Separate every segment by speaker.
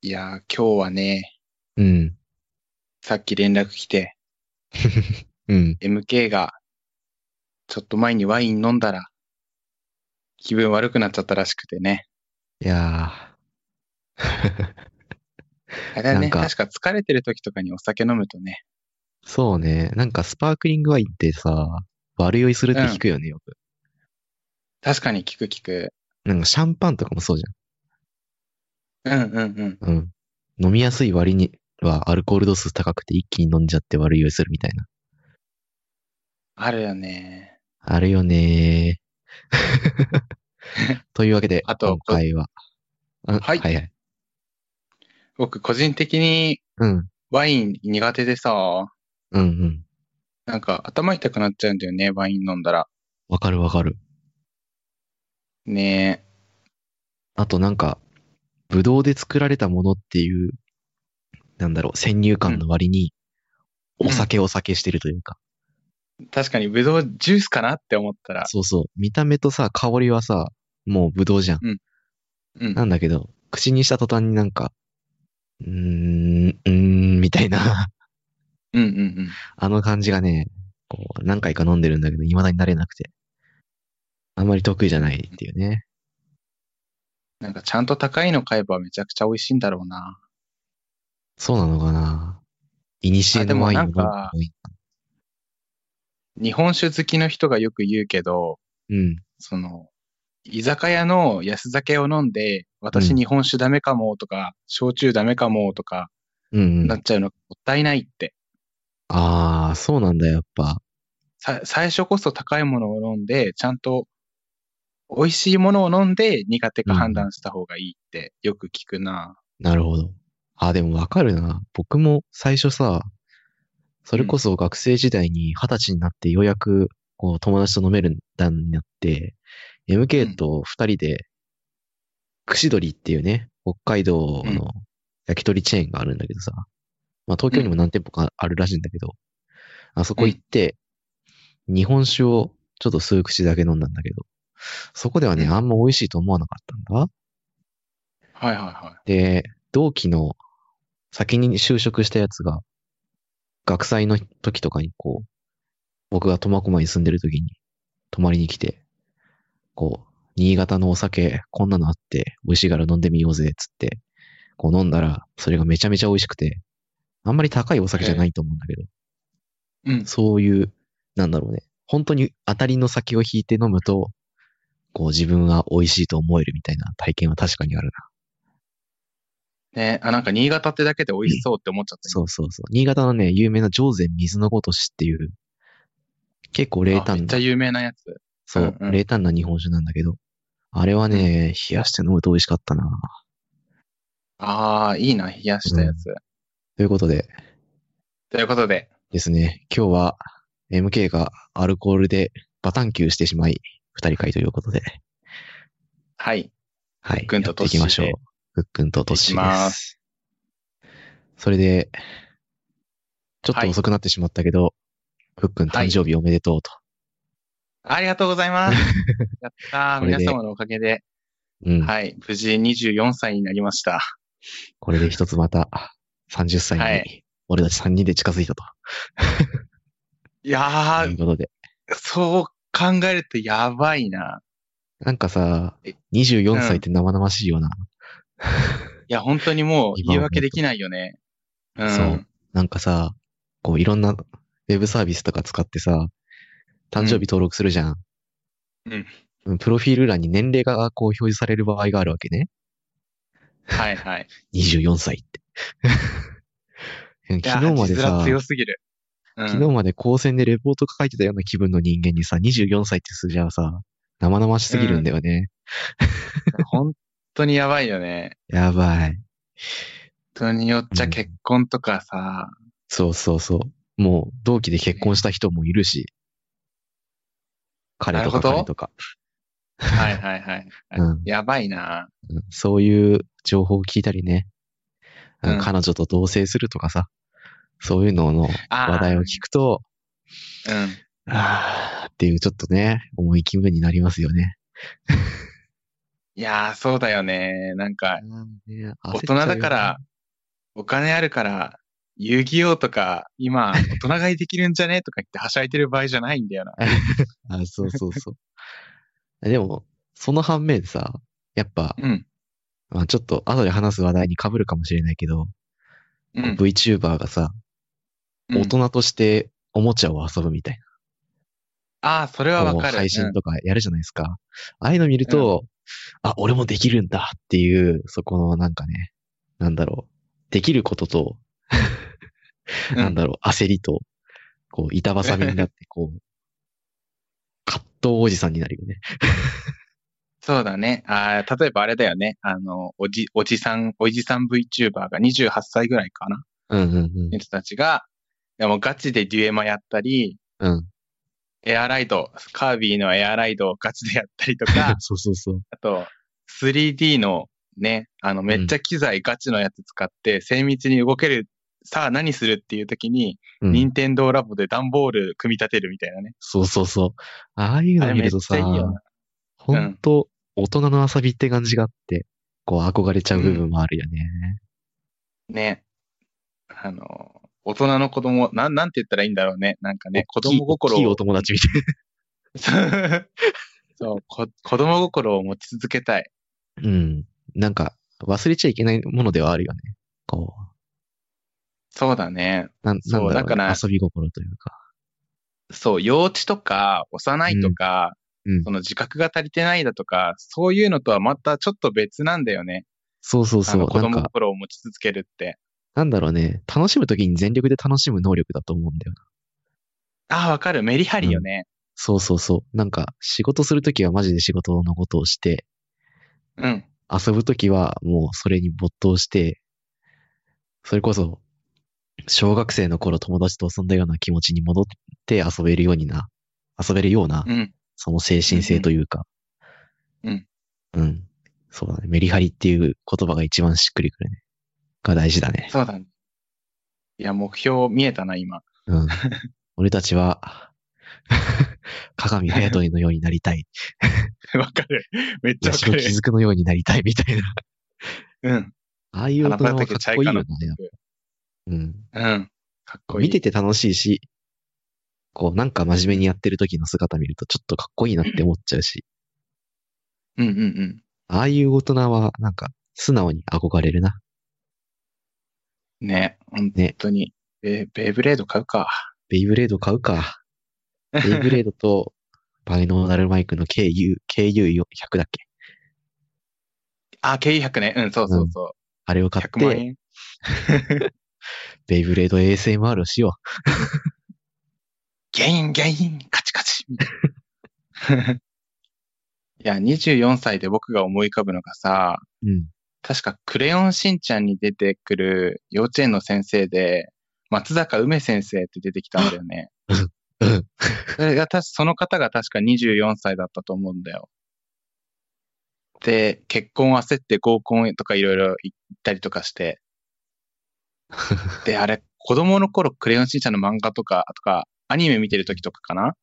Speaker 1: いやー、今日はね、
Speaker 2: うん。
Speaker 1: さっき連絡来て、
Speaker 2: うん。
Speaker 1: MK が、ちょっと前にワイン飲んだら、気分悪くなっちゃったらしくてね。
Speaker 2: いやー。
Speaker 1: あれだ
Speaker 2: な
Speaker 1: ね、
Speaker 2: んか
Speaker 1: 確か疲れてる時とかにお酒飲むとね。
Speaker 2: そうね。なんかスパークリングワインってさ、悪酔いするって聞くよね、よく。
Speaker 1: 確かに聞く聞く。
Speaker 2: なんかシャンパンとかもそうじ
Speaker 1: うんうんうん。
Speaker 2: ゃん。うん。飲みやすい割にはアルコール度数高くて一気に飲んじゃって悪酔いするみたいな。
Speaker 1: あるよね。
Speaker 2: あるよね ー。というわけで、
Speaker 1: あと
Speaker 2: 今回は。あ
Speaker 1: はい
Speaker 2: はいはい。
Speaker 1: 僕個人的に
Speaker 2: うん。
Speaker 1: ワイン苦手でさ、
Speaker 2: うんうん。
Speaker 1: なんか頭痛くなっちゃうんだよね、ワイン飲んだら。
Speaker 2: わかるわかる。
Speaker 1: ね
Speaker 2: あとなんか、ぶどうで作られたものっていう、なんだろう、先入観の割に、
Speaker 1: うん
Speaker 2: お酒お酒してるというか、
Speaker 1: え。確かにブドウジュースかなって思ったら。
Speaker 2: そうそう、見た目とさ、香りはさ、もうぶどうじゃん。
Speaker 1: うん。
Speaker 2: なんだけど、口にした途端になんか、うーん、うーん、みたいな、
Speaker 1: うんうんうん。
Speaker 2: あの感じがね、こう、何回か飲んでるんだけど、未だになれなくて、あんまり得意じゃないっていうね。
Speaker 1: なんかちゃんと高いの買えばめちゃくちゃ美味しいんだろうな。
Speaker 2: そうなのかなイニシエのワインを飲むのが多い
Speaker 1: 日本酒好きの人がよく言うけど、
Speaker 2: うん。
Speaker 1: その、居酒屋の安酒を飲んで、私
Speaker 2: うん
Speaker 1: 日本酒ダメかもとか、焼酎ダメかもとか、
Speaker 2: うん、うん
Speaker 1: な。っちゃうのがもったいないって。
Speaker 2: ああ、そうなんだ、やっぱ。
Speaker 1: さ最初こそ高いものを飲んで、ちゃんと美味しいものを飲んで苦手か判断した方がいいってよく聞くな。
Speaker 2: なるほど。あ、でもわかるな。僕も最初さ、それこそ学生時代に二十歳になってようやくこう友達と飲める段になって、MK と二人で、串鳥っていうね、北海道
Speaker 1: うん
Speaker 2: の焼き鳥チェーンがあるんだけどさ、まあ東京にも何店舗かあるらしいんだけど、あそこ行って、日本酒をちょっと数口だけ飲んだんだけど、そこではね、
Speaker 1: うん
Speaker 2: あんま美味しいと思わなかったんだ。
Speaker 1: はいはいは
Speaker 2: で、同期の先に就職したやつが、学祭の時とかにこう、僕が苫小牧に住んでる時に泊まりに来て、こう、新潟のお酒こんなのあって美味しいから飲んでみようぜっつって、こう飲んだらそれがめちゃめちゃ美味しくて、あんまり高いお酒じゃないと思うんだけど、
Speaker 1: い。うん。
Speaker 2: そういう、なんだろうね、本当に当たりの酒を引いて飲むと、こう自分は美味しいと思えるみたいな体験は確かにあるな。
Speaker 1: ね、あ、なんか新潟ってだけで美味しそうって思っちゃった、
Speaker 2: そうそうそう。新潟のね、有名な上善水のごとしっていう、結構冷
Speaker 1: あめ
Speaker 2: 淡
Speaker 1: っちゃ
Speaker 2: な、
Speaker 1: 有名なやつ。
Speaker 2: そう、
Speaker 1: うんうん
Speaker 2: 冷淡な日本酒なんだけど、あれはね、冷やして飲むと美味しかったな。
Speaker 1: ああ、いいな、冷やしたやつ。
Speaker 2: ということで
Speaker 1: ということで、
Speaker 2: ですね、今日は MK がアルコールでバタンキューしてしまい、二人会ということで、
Speaker 1: はい。
Speaker 2: はい、
Speaker 1: ぐんと
Speaker 2: やっていきましょう
Speaker 1: トッシー。
Speaker 2: ふっくんとトッシ
Speaker 1: いき
Speaker 2: ー
Speaker 1: ま
Speaker 2: です。それで、ちょっと遅くなってしまったけど、ふっくん誕生日おめでとうと。
Speaker 1: ありがとうござい ます。やったー
Speaker 2: これで
Speaker 1: 皆様のおかげで、
Speaker 2: うん。
Speaker 1: はい、無事24歳になりました。
Speaker 2: これで一つまた、30歳
Speaker 1: は
Speaker 2: に、俺たち3人で近づいたと。
Speaker 1: いや
Speaker 2: い
Speaker 1: ー
Speaker 2: う、ことで。
Speaker 1: そう考えるとやばいな。
Speaker 2: なんかさ
Speaker 1: え、
Speaker 2: 24歳って生々しいよな。
Speaker 1: いや、本当にもう
Speaker 2: 今
Speaker 1: 言い訳できないよね。うん。
Speaker 2: そうなんかさ、こういろんなウェブサービスとか使ってさ、誕生日登録するじゃん。
Speaker 1: うん
Speaker 2: うん。プロフィール欄に年齢がこう表示される場合があるわけね。
Speaker 1: はいはい。
Speaker 2: 24歳って。
Speaker 1: いや
Speaker 2: 昨日まで
Speaker 1: 字面
Speaker 2: さ、
Speaker 1: 強すぎる。うん、
Speaker 2: 昨日まで高専でレポート書いてたような気分の人間にさ、24歳って数字はさ、生々しすぎるんだよね。
Speaker 1: 本当にやばいよね。
Speaker 2: やばい。
Speaker 1: 人によっちゃ結婚とかさ、
Speaker 2: そうそうそう。もう同期で結婚した人もいるし。彼とか
Speaker 1: なるほど
Speaker 2: 彼とか。
Speaker 1: はいはいはい。
Speaker 2: うん
Speaker 1: やばいな。
Speaker 2: うんそういう情報を聞いたりね。う
Speaker 1: う
Speaker 2: ん
Speaker 1: ん
Speaker 2: 彼女と同棲するとかさ。そういうのの
Speaker 1: あー
Speaker 2: 話題を聞くと、
Speaker 1: うん。
Speaker 2: あーっていうちょっとね、重い気分になりますよね。
Speaker 1: いやー、そうだよね。なんか、
Speaker 2: ね
Speaker 1: 大人だから、お金あるから、遊戯王とか、今、大人買いできるんじゃねとか言ってはしゃいでる場合じゃないんだ よな。
Speaker 2: あ、そうそう そう。でも、その反面さ、やっぱ、
Speaker 1: うん。
Speaker 2: まあ、ちょっと後で話す話題に被るかもしれないけど、
Speaker 1: うん
Speaker 2: VTuber がさ、
Speaker 1: うん
Speaker 2: 大人としておもちゃを遊ぶみたい
Speaker 1: ああ、それ
Speaker 2: な、
Speaker 1: はわ
Speaker 2: こう
Speaker 1: かる。
Speaker 2: 配信とかやるじゃないですか。ああいうの見ると、あ、俺もできるんだっていう、そこのなんかね、なんだろう、できることと、
Speaker 1: うん
Speaker 2: なんだろう、焦りと、こう、板挟みになって、 こう、葛藤おじさんになるよね。
Speaker 1: そうだね。ああ、例えばあれだよね。あの、おじ、おじさん、おじさん VTuber が28歳ぐらいかな。
Speaker 2: うんうんうん。
Speaker 1: 人たちが、でもガチでデュエマやったり、
Speaker 2: うん。、
Speaker 1: エアライド、カービィのエアライドをガチでやったりとか
Speaker 2: そうそうそう。
Speaker 1: あと、3D のね、あの、めっちゃ機材ガチのやつ使って、精密に動ける、さあ何するっていう時に、
Speaker 2: うん
Speaker 1: 任天堂ラボで段ボール組み立てるみたいなね。
Speaker 2: そうそうそう。ああいう
Speaker 1: あれ
Speaker 2: の見
Speaker 1: めっ
Speaker 2: る
Speaker 1: ち
Speaker 2: と
Speaker 1: ゃ
Speaker 2: さ
Speaker 1: いい、よな。
Speaker 2: ほんと、大人の遊びって感じがあって、こう憧れちゃう部分もあるよね。
Speaker 1: ね。あの、大人の子供、なん、なんて言ったらいいんだろうね。なんかね、子
Speaker 2: 大きい
Speaker 1: 供心
Speaker 2: 大きいお
Speaker 1: を、
Speaker 2: 友達みたいな。
Speaker 1: そうこ、子供心を持ち続けたい。
Speaker 2: うん。なんか、忘れちゃいけないものではあるよね。こう、
Speaker 1: そうだね。
Speaker 2: なんなんだ
Speaker 1: そう
Speaker 2: ろう、ね、
Speaker 1: だから
Speaker 2: 遊び心というか。
Speaker 1: そう、幼稚とか、幼いとか、
Speaker 2: うんうん
Speaker 1: その自覚が足りてないだとか、そういうのとはまたちょっと別なんだよね。
Speaker 2: そうそう
Speaker 1: あ
Speaker 2: そう。
Speaker 1: の子
Speaker 2: なん
Speaker 1: 供
Speaker 2: か、
Speaker 1: 心を持ち続けるって。
Speaker 2: なんだろうね。楽しむときに全力で楽しむ能力だと思うんだよな。
Speaker 1: ああ、わかる。メリハリよね。
Speaker 2: そうそうそう。なんか、仕事するときはマジで仕事のことをして、
Speaker 1: うん。
Speaker 2: 遊ぶときはもうそれに没頭して、それこそ、小学生の頃友達と遊んだような気持ちに戻って遊べるようにな、遊べるような、
Speaker 1: うん。
Speaker 2: その精神性というか。
Speaker 1: うん。
Speaker 2: うん。そうだね。メリハリっていう言葉が一番しっくりくるね。が大事だね。
Speaker 1: そうだね。いや、目標見えたな、今。
Speaker 2: うん。俺たちは、 鏡隼人のようになりたい。
Speaker 1: わかる。めっちゃわ
Speaker 2: 吉
Speaker 1: か
Speaker 2: 野
Speaker 1: る
Speaker 2: 気。づくのようになりたいみたいな。
Speaker 1: うん。
Speaker 2: ああいう大人はかっこいい
Speaker 1: 花
Speaker 2: よな。や
Speaker 1: 畑
Speaker 2: っ
Speaker 1: チャイカの
Speaker 2: ぱうん。
Speaker 1: うん。かっこいい。
Speaker 2: 見てて楽しいし、こうなんか真面目にやってる時の姿見るとちょっとかっこいいなって思っちゃうし、
Speaker 1: うんうんうん。
Speaker 2: ああいう大人はなんか素直に憧れるな。
Speaker 1: ね、本当に。えーベイブレード買うか。
Speaker 2: ベイブレード買うか。ベイブレードとバイノーナルマイクの KU、KU100 だっけ
Speaker 1: あ、K100 ね。うん、そうそうそう。
Speaker 2: あれを買っ
Speaker 1: 100万
Speaker 2: て、
Speaker 1: 円。
Speaker 2: ベイブレード ASMR をしよ
Speaker 1: ゲイン、ゲイン、カチカ チ。みたいな いや、24歳で僕が思い浮かぶのがさ、
Speaker 2: う。うん。
Speaker 1: 確かクレヨンしんちゃんに出てくる幼稚園の先生で、松坂梅先生って出てきたんだよね。
Speaker 2: うん。
Speaker 1: それがたその方が確か24歳だったと思うんだよ。で、結婚焦って合コンとかいろいろ行ったりとかして、で、あれ、子供の頃、クレヨンしんちゃんの漫画とか、とか、アニメ見てる時とかかな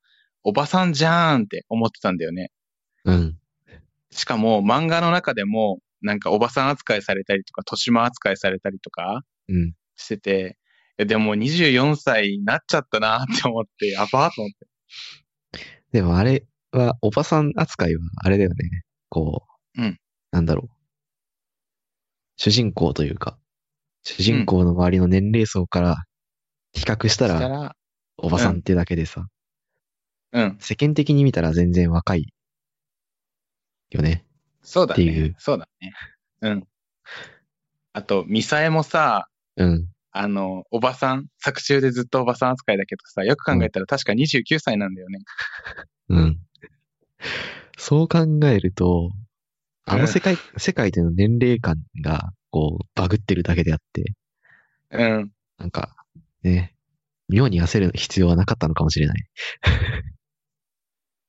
Speaker 1: おばさんじゃーんって思ってたんだよね。
Speaker 2: うん。
Speaker 1: しかも、漫画の中でも、なんかおばさん扱いされたりとか、年間扱いされたりとか
Speaker 2: うん。
Speaker 1: してて、えでも24歳になっちゃったなーって思って、やばーと思って。
Speaker 2: でもあれは、おばさん扱いはあれだよね。こう、
Speaker 1: うん
Speaker 2: なんだろう。主人公というか、主人公の周りの年齢層から比較した
Speaker 1: した
Speaker 2: ら、
Speaker 1: ら、
Speaker 2: おばさんってだけでさ、
Speaker 1: うん、
Speaker 2: 世間的に見たら全然若いよね。
Speaker 1: そうだね。
Speaker 2: っていう
Speaker 1: そうだね。うん。あと、ミサエもさ、
Speaker 2: うん。
Speaker 1: あの、おばさん、作中でずっとおばさん扱いだけどさ、よく考えたら確か29歳なんだよね。
Speaker 2: うん。そう考えると、あの世界、世界での年齢感が、こう、バグってるだけであって、
Speaker 1: うん。
Speaker 2: なんか、ね、妙に焦る必要はなかったのかもしれない。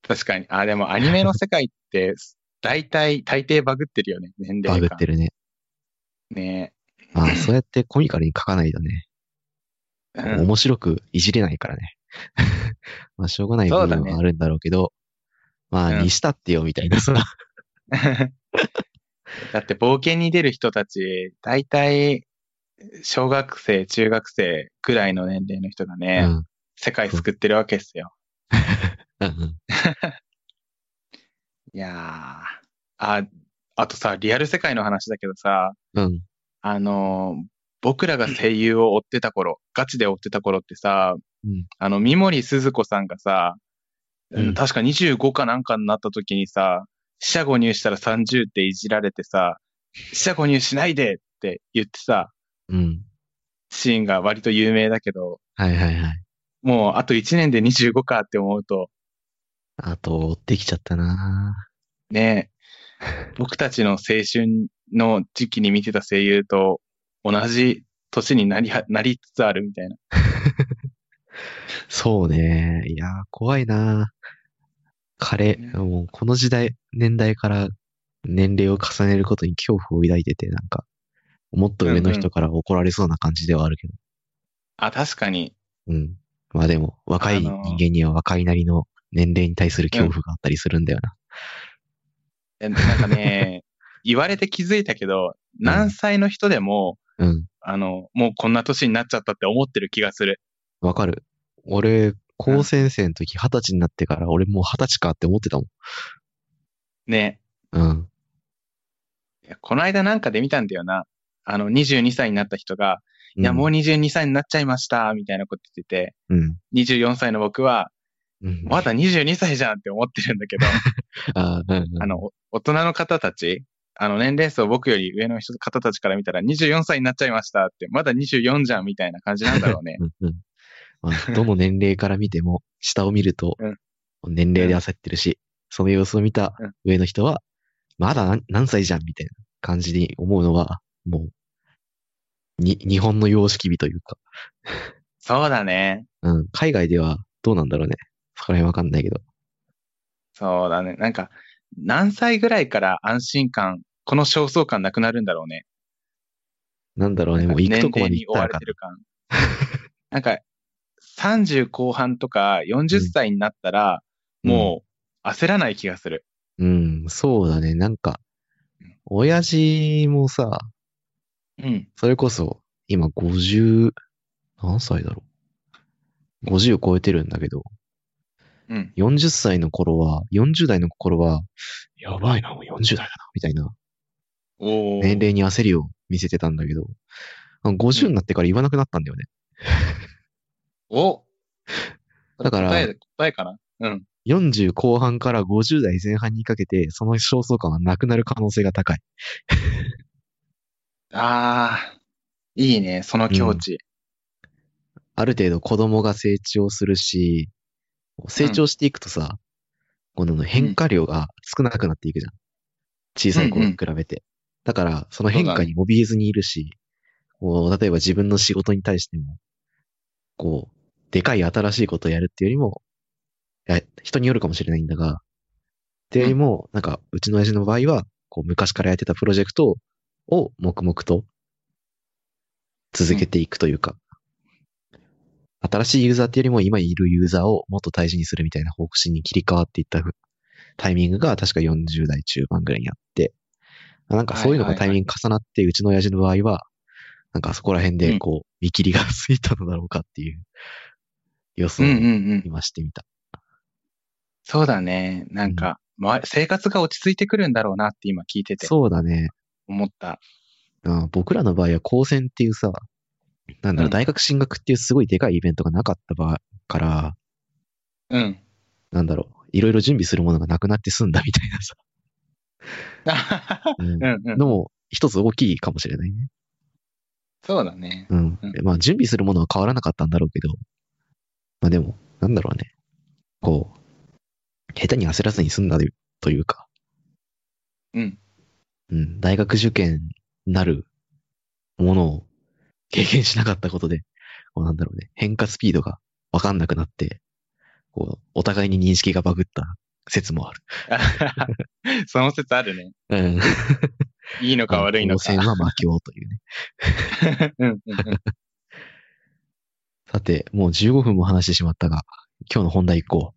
Speaker 1: 確かに。あ、でもアニメの世界って、大体、大抵バグってるよね。年
Speaker 2: バ
Speaker 1: 齢
Speaker 2: グ
Speaker 1: が。
Speaker 2: ってるね。
Speaker 1: ね
Speaker 2: ああ、そうやってコミカルに書かないとね、
Speaker 1: え。うん
Speaker 2: 面白くいじれないからね。 まあ、しょうがない部
Speaker 1: そうだ
Speaker 2: 分
Speaker 1: ね
Speaker 2: はあるんだろうけど、まあ、
Speaker 1: うん
Speaker 2: にしたってよ、みたいなさ。
Speaker 1: だって冒険に出る人たち、大体、小学生、中学生くらいの年齢の人がね、
Speaker 2: うん
Speaker 1: 世界救ってるわけっすよ。
Speaker 2: うん
Speaker 1: いやー。あ、あとさ、リアル世界の話だけどさ、
Speaker 2: うん。うん。
Speaker 1: あのー僕らが声優を追ってた頃、ガチで追ってた頃ってさ、
Speaker 2: うん
Speaker 1: あの、三森鈴子さんがさ、
Speaker 2: うん
Speaker 1: 確か25かなんかになった時にさ、死者誤入したら30っていじられてさ、死者誤入しないでって言ってさ、
Speaker 2: うん。
Speaker 1: シーンが割と有名だけど、
Speaker 2: はいはいはい。
Speaker 1: もうあと1年で25かって思うと、
Speaker 2: あと、追ってきちゃったな
Speaker 1: ねえ、僕たちの青春の時期に見てた声優と同じ年になりは、なりつつあるみたいな。
Speaker 2: そうね。いやー、怖いな彼、
Speaker 1: ね
Speaker 2: もうこの時代、年代から年齢を重ねることに恐怖を抱いてて、なんか、もっと上の
Speaker 1: うんう
Speaker 2: 人から怒られそうな感じではあるけど。
Speaker 1: あ、確かに。
Speaker 2: うん。まあでも、若い
Speaker 1: あ
Speaker 2: 人
Speaker 1: のー
Speaker 2: 間には若いなりの年齢に対する恐怖があったりするんだよな。
Speaker 1: えなんかね、言われて気づいたけど、
Speaker 2: ん
Speaker 1: 何歳の人でも、
Speaker 2: うん。
Speaker 1: あの、もうこんな年になっちゃったって思ってる気がする。
Speaker 2: わかる。俺、高専生の時、二十歳になってから、俺もう二十歳かって思ってたもん。
Speaker 1: ね。
Speaker 2: うん。
Speaker 1: いやこの間なんかで見たんだよな。あの、22歳になった人が、
Speaker 2: い
Speaker 1: いや、もう22歳になっちゃいました、みたいなこと言って
Speaker 2: うん。
Speaker 1: て、24歳の僕は、
Speaker 2: うん。
Speaker 1: まだ22歳じゃんって思ってるんだけど、
Speaker 2: あー、うんうん。
Speaker 1: あの、お大人の方たち、あの、年齢層僕より上の人方たちから見たら24歳になっちゃいましたって、まだ24じゃんみたいな感じなんだろうね
Speaker 2: うんうんまあ、どの年齢から見ても、下を見ると
Speaker 1: うん、
Speaker 2: 年齢で焦ってるし、その様子を見た
Speaker 1: うん
Speaker 2: 上の人は、まだ何何歳じゃんみたいな感じに思うのは、もう、に、日本の様式美というか、
Speaker 1: そうだね。
Speaker 2: うん、海外ではどうなんだろうね。そこら辺わかんないけど。
Speaker 1: そうだね。なんか、何歳ぐらいから安心感、この焦燥感なくなるんだろうね。
Speaker 2: なんだろうね、もう行くとこまで
Speaker 1: 年齢に
Speaker 2: 行
Speaker 1: 追
Speaker 2: った
Speaker 1: わ
Speaker 2: ら
Speaker 1: れ
Speaker 2: か
Speaker 1: てる 感。なんか、30後半とか40歳になったら、
Speaker 2: うん
Speaker 1: もう焦らない気がする。
Speaker 2: な。うん、そうだね、なんか、親父もさ、
Speaker 1: うん。
Speaker 2: それこそ、今50、何歳だろう。50超えてるんだけど、
Speaker 1: うん。
Speaker 2: 40歳の頃は、40代の頃は、やばいな、もう40代だな、みたいな、
Speaker 1: おお。
Speaker 2: 年齢に焦りを見せてたんだけど、あの50になってから言わなくなったんだよね。
Speaker 1: お
Speaker 2: だから
Speaker 1: 答え、答えかなうん。
Speaker 2: 40後半から50代前半にかけて、その焦燥感はなくなる可能性が高い。
Speaker 1: ああ、いいね、その境地。
Speaker 2: ある程度子供が成長するし、成長していくとさ、この変化量が少なくなっていくじゃん。小さい頃に比べて。だから、その変化に怯えずにいるし、こう例えば自分の仕事に対しても、こう、でかい新しいことをやるっていうよりも、いや人によるかもしれないんだが、っていうよりも、なんか、うちの親父の場合は、こう、昔からやってたプロジェクトを黙々と続けていくというか、新しいユーザーっていうよりも今いるユーザーをもっと大事にするみたいな方針に切り替わっていったふタイミングが確か40代中盤ぐらいにあって、あなんかそういうのがタイミング重なって、うちの親父の場合は、なんかそこら辺でこう、見切りがついたのだろうかっていう予想
Speaker 1: うん
Speaker 2: を
Speaker 1: うんうん。
Speaker 2: 今してみた。
Speaker 1: そうだね。なんか、ま、生活が落ち着いてくるんだろうなって今聞いてて
Speaker 2: そうだね。
Speaker 1: 思った。
Speaker 2: あ僕らの場合は高専っていうさ、なんだろ
Speaker 1: う
Speaker 2: う、
Speaker 1: ん
Speaker 2: 大学進学っていうすごいでかいイベントがなかった場から、
Speaker 1: うん。
Speaker 2: なんだろう、いろいろ準備するものがなくなって済んだみたいなさ、うん
Speaker 1: うんうん。
Speaker 2: のも一つ大きいかもしれないね。
Speaker 1: そうだね。
Speaker 2: うん
Speaker 1: うん。
Speaker 2: まあ準備するものは変わらなかったんだろうけど、まあでも、なんだろうね。こう、下手に焦らずに済んだというか、
Speaker 1: うん。
Speaker 2: うん、大学受験なるものを経験しなかったことで、こうなんだろうね、変化スピードがわかんなくなって、こう、お互いに認識がバグった説もある。
Speaker 1: その説あるね。
Speaker 2: うん。
Speaker 1: いいのか悪いのか。
Speaker 2: は魔境というね。
Speaker 1: うんうんうん
Speaker 2: さて、もう15分も話してしまったが、今日の本題行こ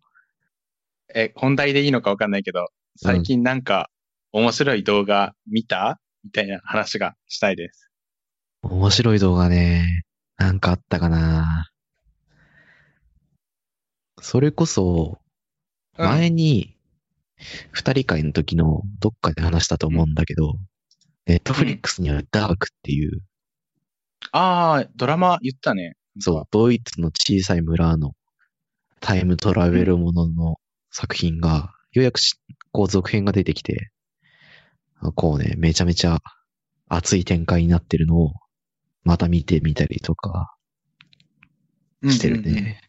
Speaker 1: え、本題でいいのかわかんないけど、最近なんか面白い動画見たみたいな話がしたいです。
Speaker 2: 面白い動画ね。なんかあったかな。それこそ、前に、二人会の時のどっかで話したと思うんだけど、ネットフリックスにあるダークっていう、
Speaker 1: ああ、ドラマ言ったね。
Speaker 2: そう、ドイツの小さい村のタイムトラベルものの作品が、ようやくしこう続編が出てきて、こうね、めちゃめちゃ熱い展開になってるのを、また見てみたりとか
Speaker 1: うん
Speaker 2: してるね。。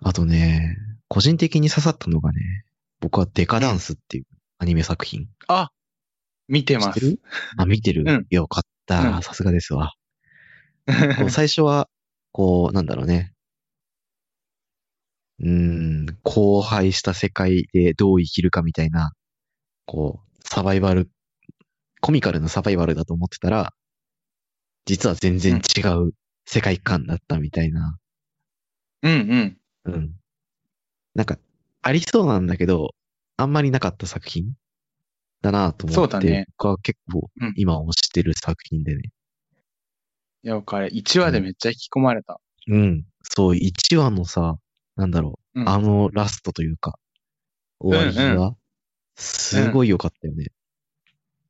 Speaker 2: あとね、個人的に刺さったのがね、僕はデカダンスっていうアニメ作品。
Speaker 1: 見てま
Speaker 2: 知って
Speaker 1: す
Speaker 2: る。あ、見てる、
Speaker 1: うん
Speaker 2: よかった。
Speaker 1: うん
Speaker 2: さすがで すわ。こう最初は、こう、なんだろうね。うーん、荒廃した世界でどう生きるかみたいな、こう、サバイバル、コミカルなサバイバルだと思ってたら、実は全然違う世界観だったみたいな。
Speaker 1: うんうん。
Speaker 2: うん。なんか、ありそうなんだけど、あんまりなかった作品だなと思って、
Speaker 1: そうだね
Speaker 2: 僕は結構
Speaker 1: うん
Speaker 2: 今推してる作品でね。
Speaker 1: いや、僕あれ、1話でめっちゃ引き込まれた。
Speaker 2: うん。そう、1話のさ、なんだろう、
Speaker 1: うん
Speaker 2: あのラストというか、終わりが、
Speaker 1: うん
Speaker 2: すごい良かったよね。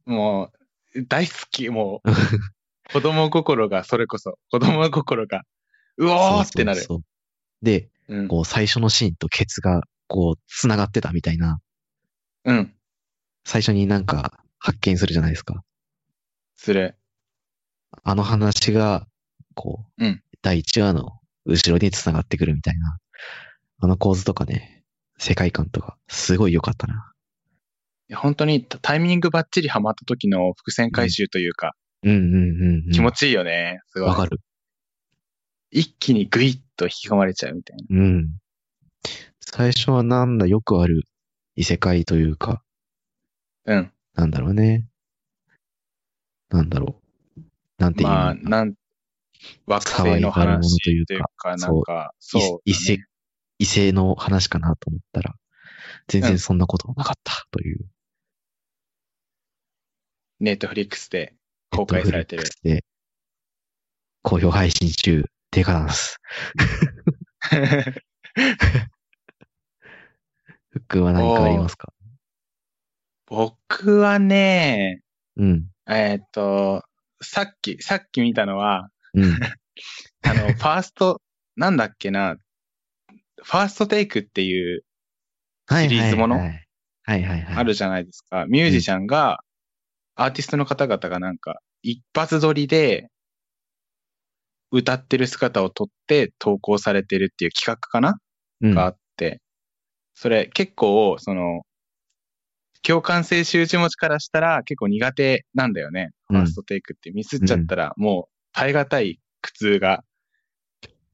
Speaker 1: もう、大好き、も う、子供心が、それこそ、子供心が、うお
Speaker 2: そう
Speaker 1: ー
Speaker 2: そう
Speaker 1: ってなる。
Speaker 2: そうで、
Speaker 1: うん
Speaker 2: こう、最初のシーンとケツが、こう、繋がってたみたいな、
Speaker 1: うん。
Speaker 2: 最初になんか発見するじゃないですか。
Speaker 1: する。
Speaker 2: あの話が、こう、
Speaker 1: うん
Speaker 2: 第1話の後ろに繋がってくるみたいな、あの構図とかね、世界観とか、すごい良かったな。
Speaker 1: いや本当にタタイミングバッチリハマった時の伏線回収というか、
Speaker 2: うんうんうん、うん。
Speaker 1: 気持ちいいよね。すごい
Speaker 2: わ。かる。
Speaker 1: 一気にグイッと引き込まれちゃうみたいな。
Speaker 2: うん。最初はなんだよくある異世界というか、
Speaker 1: うん。
Speaker 2: なんだろうね。なんだろう。なんて言うの
Speaker 1: ま
Speaker 2: か
Speaker 1: あ、
Speaker 2: な
Speaker 1: なん、惑星の
Speaker 2: 騒いだもの
Speaker 1: 話
Speaker 2: という
Speaker 1: と
Speaker 2: か
Speaker 1: いうか、な
Speaker 2: そうん
Speaker 1: か、そうだね、
Speaker 2: 異世、異性の話かなと思ったら、全
Speaker 1: う
Speaker 2: 然
Speaker 1: ん
Speaker 2: そんなことはなかったという。
Speaker 1: ネットフリックスで公開されてる。
Speaker 2: Netflix で、好評配信中、デカダン ス。ふっくんは何かありますか
Speaker 1: 僕はね、
Speaker 2: うん。
Speaker 1: えーっと、さっき、さっき見たのは、
Speaker 2: うん。
Speaker 1: あ の、ファースト、なんだっけな、ファーストテイクっていう
Speaker 2: はいはいはい
Speaker 1: シリーズもの
Speaker 2: はいはいはい。
Speaker 1: あるじゃないですか。ミュージシャンが、アーティストの方々がなんか、一発撮りで、歌ってる姿を撮って投稿されてるっていう企画かな、
Speaker 2: うん。
Speaker 1: があって、それ結構、その、共感性周知持ちからしたら結構苦手なんだよね。
Speaker 2: うん
Speaker 1: ファーストテイクってミスっちゃったら、もう耐え難い苦痛が、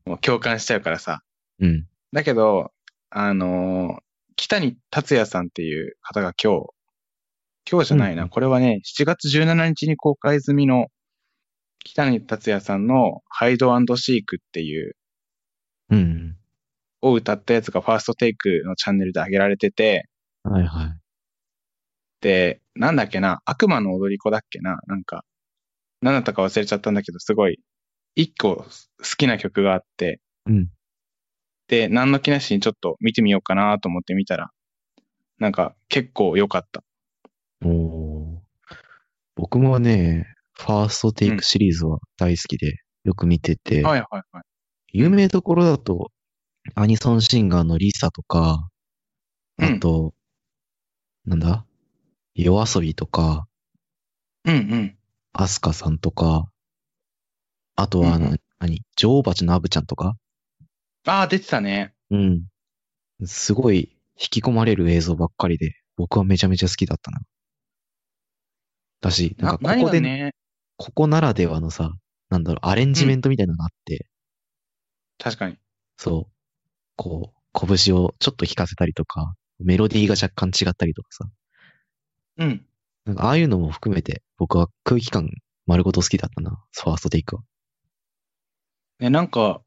Speaker 1: もう共感しちゃうからさ。
Speaker 2: うん。
Speaker 1: だけど、あのー北に達也さんっていう方が今日、今日じゃないな、
Speaker 2: うん
Speaker 1: これはね、7月17日に公開済みの北に達也さんのハイドシークっていう
Speaker 2: うん。
Speaker 1: を歌ったやつがファーストテイクのチャンネルで上げられてて、
Speaker 2: はいはい。
Speaker 1: で、なんだっけな、悪魔の踊り子だっけな、なんか、何だったか忘れちゃったんだけど、すごい、一個好きな曲があって、
Speaker 2: うん
Speaker 1: で、何の気なしにちょっと見てみようかなと思ってみたら、なんか結構良かった。
Speaker 2: おー僕もね、ファーストテイ
Speaker 1: うん
Speaker 2: クシリーズは大好きで、よく見てて、
Speaker 1: はいはいはい。
Speaker 2: 有名どころだと、アニソンシンガーのリサとか、
Speaker 1: うん
Speaker 2: あと、なんだ夜遊びとか、
Speaker 1: うんうん。
Speaker 2: アスカさんとか、あとは、あ
Speaker 1: うんう
Speaker 2: の、何女王蜂のアブちゃんとか
Speaker 1: ああ、出てたね。
Speaker 2: うん。すごい引き込まれる映像ばっかりで、僕はめちゃめちゃ好きだったな。だし、な
Speaker 1: なん
Speaker 2: かここで、
Speaker 1: 何がね、
Speaker 2: ここならではのさ、なんだろう、アレンジメントみたいなのがあって、
Speaker 1: 確かに。
Speaker 2: そう、こう、拳をちょっと弾かせたりとか、メロディーが若干違ったりとかさ、
Speaker 1: うん。
Speaker 2: なんかああいうのも含めて、僕は空気感丸ごと好きだったな、ファーストテイクは。
Speaker 1: ね、なんか、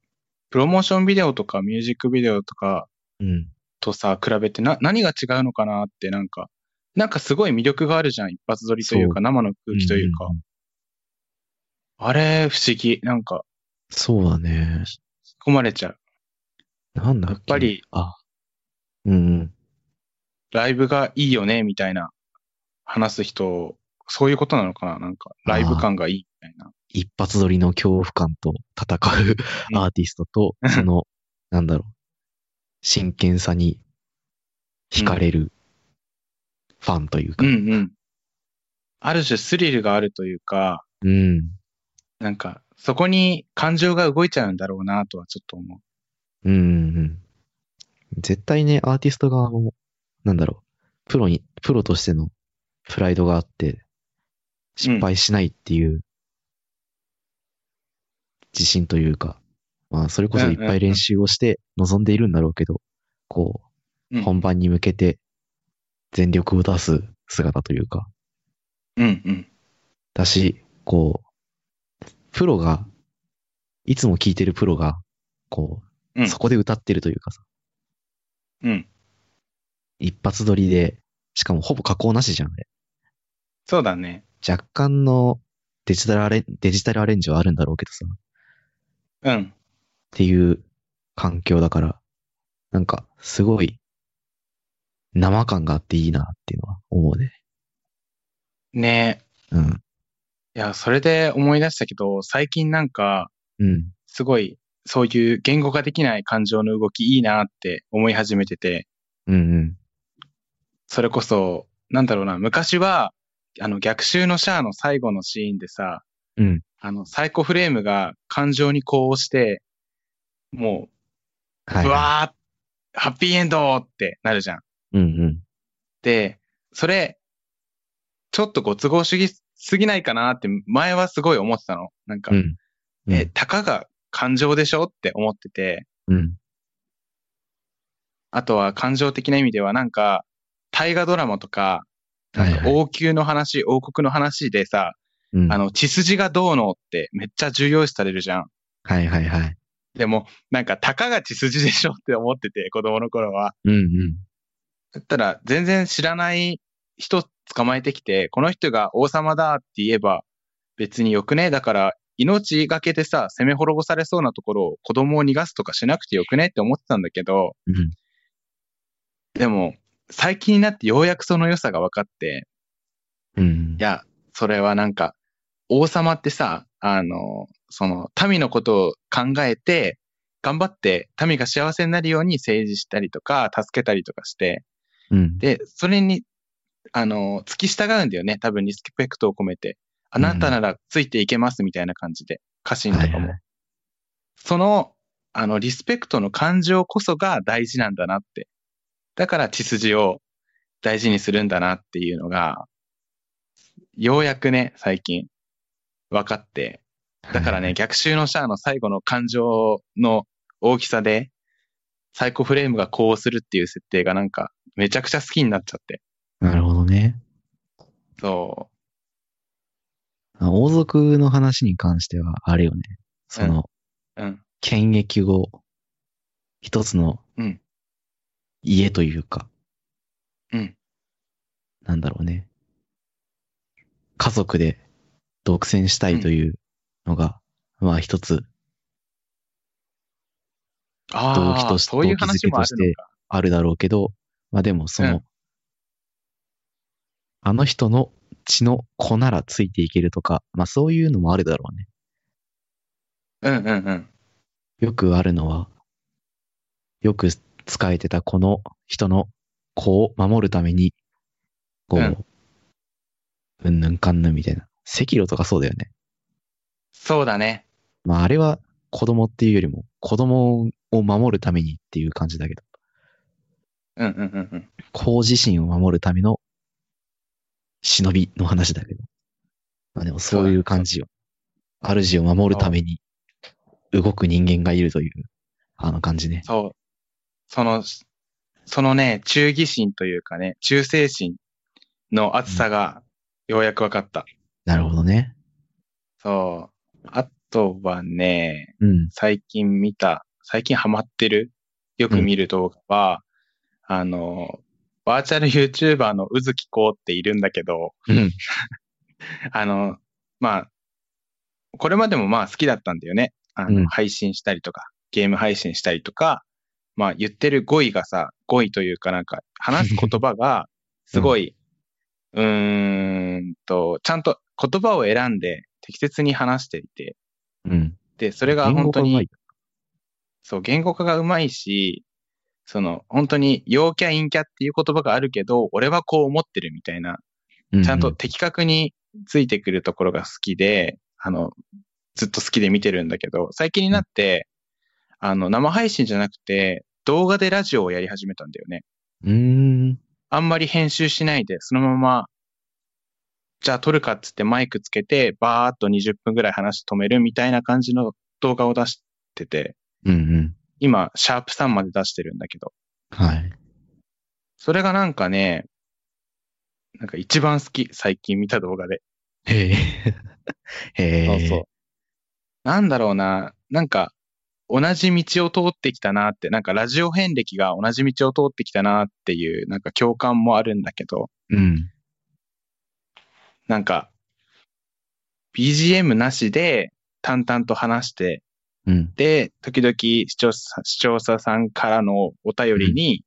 Speaker 1: プロモーションビデオとかミュージックビデオとか
Speaker 2: うん。
Speaker 1: とさ、比べてな、何が違うのかなってなんか、なんかすごい魅力があるじゃん。一発撮りという
Speaker 2: そ
Speaker 1: か、生の空気というか。
Speaker 2: んんん
Speaker 1: あれ、不思議。なんか、
Speaker 2: そうだね。
Speaker 1: 込まれちゃう。
Speaker 2: なんだ
Speaker 1: や
Speaker 2: っ
Speaker 1: っ
Speaker 2: け
Speaker 1: ぱり、
Speaker 2: あ、うん
Speaker 1: ライブがいいよね、みたいな、話す人、そういうことなのかななんか、ライブ感がいい、みたいな。
Speaker 2: 一発撮りの恐怖感と戦う
Speaker 1: うん
Speaker 2: アーティストと、その、なんだろう、真剣さに惹かれるファンというか
Speaker 1: う、んうん。ある種スリルがあるというか、
Speaker 2: うん、
Speaker 1: なんか、そこに感情が動いちゃうんだろうなとはちょっと思う。
Speaker 2: うん、うん。絶対ね、アーティスト側も、なんだろう、プロに、プロとしてのプライドがあって、失敗しないっていう、自信というか、まあ、それこそいっぱい練習をして臨んでいるんだろうけど、こ
Speaker 1: う
Speaker 2: う、
Speaker 1: ん
Speaker 2: 本番に向けて全力を出す姿というか、
Speaker 1: うんうん。
Speaker 2: だし、こう、プロが、いつも聴いてるプロが、こ
Speaker 1: う
Speaker 2: う、
Speaker 1: ん
Speaker 2: そこで歌ってるというかさ、
Speaker 1: うん。
Speaker 2: 一発撮りで、しかもほぼ加工なしじゃん、ね。
Speaker 1: そうだね。
Speaker 2: 若干のデジタルアレン、デジタルアレンジはあるんだろうけどさ、っ
Speaker 1: うん。
Speaker 2: ていう環境だから、なんか、すごい、生感があっていいなっていうのは思うね。
Speaker 1: ね
Speaker 2: うん。
Speaker 1: え。いや、それで思い出したけど、最近なんか、
Speaker 2: うん。
Speaker 1: すごい、そういう言語化できない感情の動きいいなって思い始めてて、
Speaker 2: うんうん。
Speaker 1: それこそ、なんだろうな、昔は、あの、逆襲のシャアの最後のシーンでさ、
Speaker 2: うん。
Speaker 1: あの、サイコフレームが感情にこうして、もう、
Speaker 2: はい、
Speaker 1: う
Speaker 2: は
Speaker 1: わー、ハッピーエンドってなるじゃん。
Speaker 2: い。うんうん。
Speaker 1: で、それ、ちょっとご都合主義すぎないかなって前はすごい思ってたの。なんか、
Speaker 2: うん。うん
Speaker 1: え、たかが感情でしょって思ってて、
Speaker 2: うん。
Speaker 1: あとは感情的な意味ではなんか、大河ドラマとか、
Speaker 2: はいはい。
Speaker 1: 王宮の話、王国の話でさ、
Speaker 2: うん
Speaker 1: あの、血筋がどうのってめっちゃ重要視されるじゃん。
Speaker 2: はいはいはい。
Speaker 1: でも、なんか、たかが血筋でしょって思ってて、子供の頃は。
Speaker 2: うんうん。
Speaker 1: だったら、全然知らない人捕まえてきて、この人が王様だって言えば、別によくねだから、命がけでさ、攻め滅ぼされそうなところを子供を逃がすとかしなくてよくねって思ってたんだけど、
Speaker 2: うん。
Speaker 1: でも、最近になってようやくその良さが分かって、
Speaker 2: うん
Speaker 1: い。や、それはなんか、王様ってさ、あの、その、民のことを考えて、頑張って、民が幸せになるように政治したりとか、助けたりとかして、
Speaker 2: うん。
Speaker 1: で、それに、あの、付き従うんだよね。多分、リスペクトを込めて。あ
Speaker 2: うん
Speaker 1: なたならついていけます、みたいな感じで。家臣とかも。
Speaker 2: はいは
Speaker 1: その、あの、リスペクトの感情こそが大事なんだなって。だから、血筋を大事にするんだなっていうのが、ようやくね、最近、分かって。だからね、逆襲のシャアの最後の感情の大きさで、サイコフレームがこうするっていう設定がなんか、めちゃくちゃ好きになっちゃって。
Speaker 2: なるほどね。
Speaker 1: そ
Speaker 2: あ王族の話に関しては、あれよね。その、
Speaker 1: う。うん。
Speaker 2: 権益を、一つの
Speaker 1: うん、
Speaker 2: 家というか、
Speaker 1: うん。
Speaker 2: なんだろうね。家族で独占したいというのが、まあ一つ
Speaker 1: あ
Speaker 2: 動機
Speaker 1: あ
Speaker 2: とし
Speaker 1: そういう
Speaker 2: 動機
Speaker 1: 話
Speaker 2: づけ
Speaker 1: もあ
Speaker 2: と
Speaker 1: る
Speaker 2: して
Speaker 1: のか。
Speaker 2: あるだろうけど、まあでもその、
Speaker 1: うん
Speaker 2: あの人の血の子ならついていけるとか、まあそういうのもあるだろうね。
Speaker 1: うんうんうん。
Speaker 2: よくあるのは、よく使えてたこの人の子を守るために、こう、
Speaker 1: う
Speaker 2: うんん、ぬんかんぬんみたいな。赤色とかそうだよね。
Speaker 1: そうだね。
Speaker 2: まああれは子供っていうよりも、子供を守るためにっていう感じだけど、
Speaker 1: うんうんうんうん。
Speaker 2: 子自身を守るための忍びの話だけど。まあでもそういう感じよ。主を守るために動く人間がいるという、あの感じね。
Speaker 1: そう。その、そのね、忠義心というかね、忠誠心の厚さがようやく分かった。
Speaker 2: なるほどね。
Speaker 1: そう。あとはね、
Speaker 2: うん。
Speaker 1: 最近見た、最近ハマってる、よく見る動画は、あの、バーチャル YouTuber の宇月こうっているんだけど、
Speaker 2: うん。
Speaker 1: あの、まあ、これまでもまあ好きだったんだよね。あの、
Speaker 2: うん
Speaker 1: 配信したりとか、ゲーム配信したりとか、まあ言ってる語彙がさ、語彙というかなんか話す言葉 がすごい、うーんと、ちゃんと言葉を選んで適切に話していて、
Speaker 2: うん。
Speaker 1: で、それが本当
Speaker 2: 言語化うま
Speaker 1: に
Speaker 2: い、
Speaker 1: そう、言語化がうまいし、その、本当に、陽キャ、陰キャっていう言葉があるけど、俺はこう思ってるみたいな、
Speaker 2: う
Speaker 1: ちゃん
Speaker 2: う
Speaker 1: と的確についてくるところが好きで、あの、ずっと好きで見てるんだけど、最近になって、あの、生配信じゃなくて、動画でラジオをやり始めたんだよね。
Speaker 2: うーん。
Speaker 1: あんまり編集しないで、そのまま、じゃあ撮るかっつってマイクつけて、バーっと20分ぐらい話止めるみたいな感じの動画を出してて、
Speaker 2: うんうん。
Speaker 1: 今、シャープ3まで出してるんだけど、
Speaker 2: はい。
Speaker 1: それがなんかね、なんか一番好き、最近見た動画で。
Speaker 2: へえ。へえ。
Speaker 1: そうそう。なんだろうな、なんか、同じ道を通ってきたなって、なんかラジオ遍歴が同じ道を通ってきたなっていう、なんか共感もあるんだけど、
Speaker 2: うん。
Speaker 1: なんか、BGM なしで淡々と話して、
Speaker 2: うん。
Speaker 1: で、時々視聴者視聴者さんからのお便りに、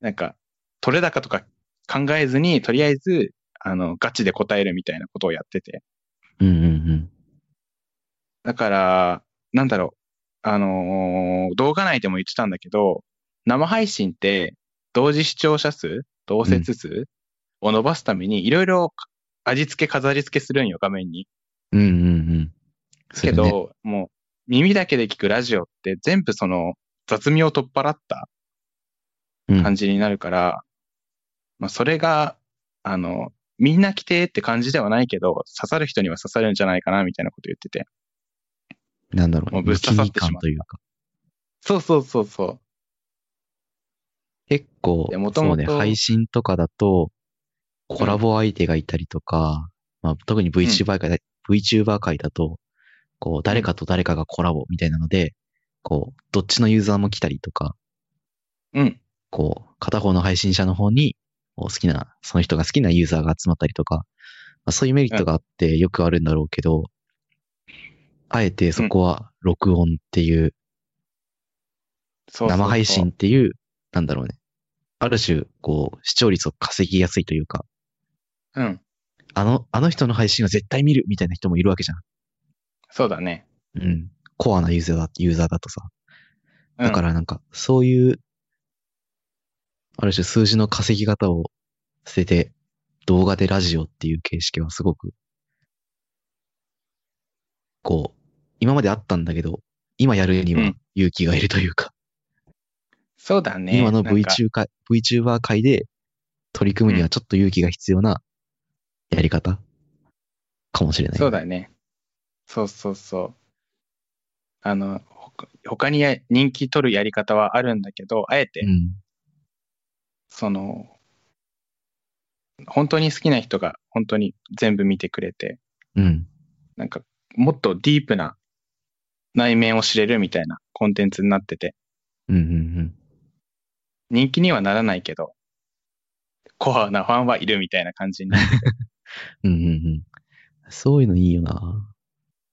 Speaker 1: なんか、取れ高とか考えずに、とりあえず、あの、ガチで答えるみたいなことをやってて。
Speaker 2: うんうん
Speaker 1: だから、なんだろう、あのー動画内でも言ってたんだけど、生配信って同時視聴者数、同説数を伸ばすために、いろいろ味付け、飾り付けするんよ、画面に。
Speaker 2: うん。うんうんうん。
Speaker 1: け
Speaker 2: するね
Speaker 1: ど、もう耳だけで聞くラジオって全部その雑味を取っ払った
Speaker 2: うん
Speaker 1: 感じになるから、まあそれが、あの、みんな来てって感じではないけど、刺さる人には刺さるんじゃないかな、みたいなこと言ってて。
Speaker 2: なんだろう
Speaker 1: もう
Speaker 2: ね。
Speaker 1: ぶっ刺さってしまった
Speaker 2: 無機感というか。
Speaker 1: そうそうそうそう。
Speaker 2: 結構
Speaker 1: で、元々
Speaker 2: そうね、配信とかだと、コラボ相手がいたりとか、まあ、特に VTuber 界だ、VTuber 界だと、こう、誰かと誰かがコラボみたいなので、こう、どっちのユーザーも来たりとか、
Speaker 1: うん。
Speaker 2: こう、片方の配信者の方に、こう好きな、その人が好きなユーザーが集まったりとか、まあ、そういうメリットがあってよくあるんだろうけど、あえてそこは録音っていう、
Speaker 1: そうそうそう
Speaker 2: 生配信っていう、なんだろうね。ある種、こう、視聴率を稼ぎやすいというか、
Speaker 1: うん。
Speaker 2: あの、あの人の配信は絶対見るみたいな人もいるわけじゃ
Speaker 1: そうだね。
Speaker 2: ん。うん。コアなユーザーだ、ユーザーだとさ。
Speaker 1: うん
Speaker 2: だからなんか、そういう、ある種数字の稼ぎ方を捨てて、動画でラジオっていう形式はすごく、こう、今まであったんだけど、今やるに
Speaker 1: う
Speaker 2: は
Speaker 1: ん
Speaker 2: 勇気がいるというか、
Speaker 1: そうだね。
Speaker 2: 今の
Speaker 1: なんか
Speaker 2: VTuber, 界 VTuber 界で取り組むにはちょっと勇気が必要なやり方かもしれない。
Speaker 1: そうだね。そうそうそう。あの、ほか他にや人気取るやり方はあるんだけど、あえて、
Speaker 2: うん。
Speaker 1: その、本当に好きな人が本当に全部見てくれて、
Speaker 2: うん。
Speaker 1: なんか、もっとディープな内面を知れるみたいなコンテンツになってて、
Speaker 2: うん。うん。
Speaker 1: 人気にはならないけど、コアなファンはいるみたいな感じになって、
Speaker 2: うん。うん。うんうん。そういうのいいよな。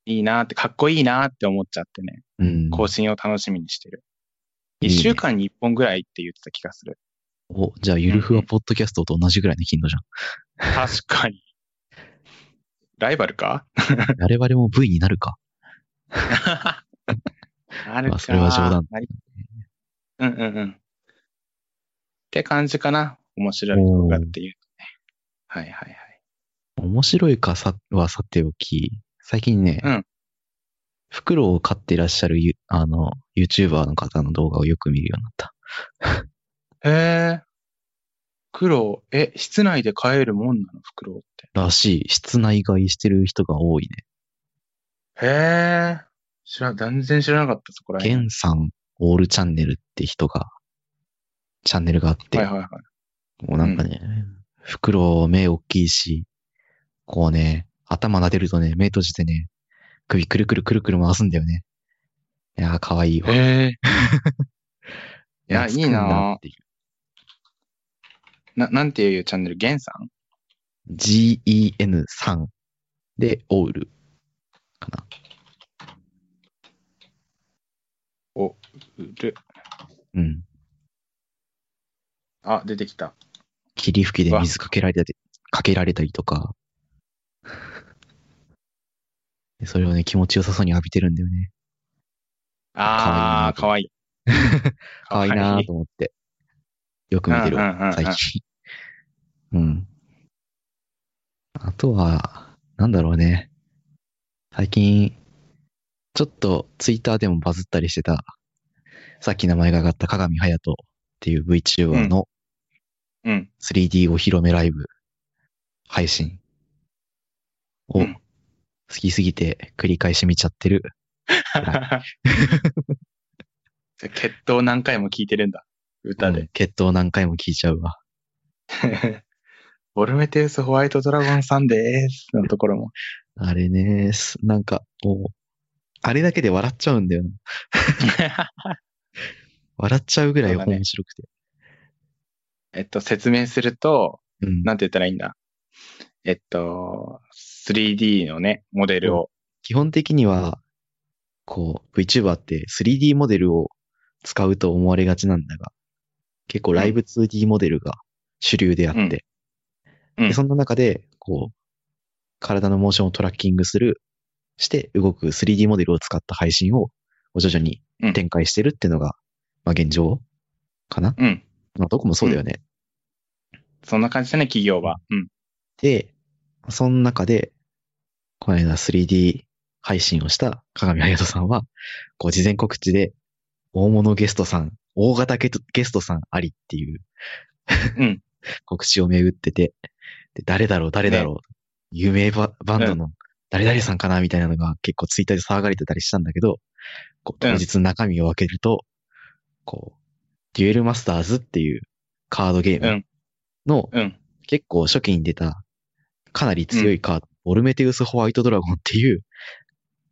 Speaker 1: いいなーって、かっこいいなーって思っちゃってね。
Speaker 2: うん。
Speaker 1: 更新を楽しみにしてる。
Speaker 2: いい
Speaker 1: 一
Speaker 2: ね
Speaker 1: 週間に一本ぐらいって言ってた気がする。
Speaker 2: お、じゃあ、ゆるふわポッドキャストと同じぐらいの頻 度じ
Speaker 1: 確かに。ライバルか
Speaker 2: ゃん。我々も V になるか。
Speaker 1: あるか。
Speaker 2: まあそれは冗談
Speaker 1: なりうんうんうん。って感じかな。面白い
Speaker 2: おー
Speaker 1: 動画っていう、ね。はいはいはい。
Speaker 2: 面白いかさ、はさておき、最近ね、
Speaker 1: うん
Speaker 2: フクロウを飼っていらっしゃるゆ、あの、YouTuber の方の動画をよく見るようになった。
Speaker 1: へえ。黒、え、室内で飼えるもんなのフクロウって。
Speaker 2: らしい。室内飼いしてる人が多いね。
Speaker 1: へえ。知ら、全然知らなかった、そこら
Speaker 2: ゲ
Speaker 1: 辺。
Speaker 2: ンさんオールチャンネルって人が、チャンネルがあって、
Speaker 1: はいはいはい。
Speaker 2: もうなんかね、フクロウ目大きいし、こうね、頭撫でるとね、目閉じてね、首くるくるくるくる回すんだよね。いやー、かわいいわ。
Speaker 1: へえ。いや、い
Speaker 2: 懐
Speaker 1: い
Speaker 2: くんだ
Speaker 1: なぁ
Speaker 2: っていう
Speaker 1: な、なんていうチャンネルゲンさん
Speaker 2: GEN3 で、オール。かな。
Speaker 1: うる。
Speaker 2: うん。
Speaker 1: あ、出てきた。
Speaker 2: 霧吹きで水かけられたり、かけられたりとか。でそれをね、気持ちよさそうに浴びてるんだ よね。
Speaker 1: あー、か
Speaker 2: か
Speaker 1: わいい。
Speaker 2: かわいいなーと思って。よく見てるわ、最
Speaker 1: 近。
Speaker 2: 近。うん。あとは、なんだろうね。最近、ちょっとツイッターでもバズったりしてた、さっき名前が上がった鏡隼人っていう VTuber の
Speaker 1: うん。
Speaker 2: 3D お披露目ライブ配信を
Speaker 1: う
Speaker 2: 好
Speaker 1: ん
Speaker 2: きすぎて繰り返し見ちゃってる。
Speaker 1: 決闘何回も聞いてるんだ。歌
Speaker 2: う
Speaker 1: で
Speaker 2: ん。決闘何回も聞いちゃうわ。
Speaker 1: ボルメテウスホワイトドラゴンさんでーす。のとこ ろも。
Speaker 2: あれね、すなんか、もう、あれだけで笑っちゃうんだよな。笑っちゃうぐらい
Speaker 1: そうだね
Speaker 2: 面白くて。
Speaker 1: えっと、説明すると、
Speaker 2: うん。
Speaker 1: なんて言ったらいいんだ。えっと、3D のね、モデルを。
Speaker 2: 基本的には、こう、VTuber って 3D モデルを使うと思われがちなんだが、結構ライブ 2D モデルが主流であって、
Speaker 1: うんうん
Speaker 2: でそんな中で、こう、体のモーションをトラッキングする、して動く 3D モデルを使った配信を徐々に展開してるっていうのが、まあ現状かな
Speaker 1: うん。
Speaker 2: まあどこもそうだよね。
Speaker 1: そんな感じだね、企業は。うん。
Speaker 2: で、その中で、この間 3D 配信をした鏡隼人さんは、こう事前告知で、大物ゲストさん、大型ゲトゲストさんありっていう、
Speaker 1: うん
Speaker 2: 告知をめぐってて、で誰だろう、誰だろう、有名ババンドの誰々さんかなみたいなのが結構ツイッターで騒がれてたりしたんだけど、こう
Speaker 1: うん
Speaker 2: 当日の中身を分けると、こう、デュエルマスターズっていうカードゲームの
Speaker 1: うん。
Speaker 2: 結構初期に出た、かなり強いカード、ボルメテウス・ホワイト・ドラゴンっていう、こ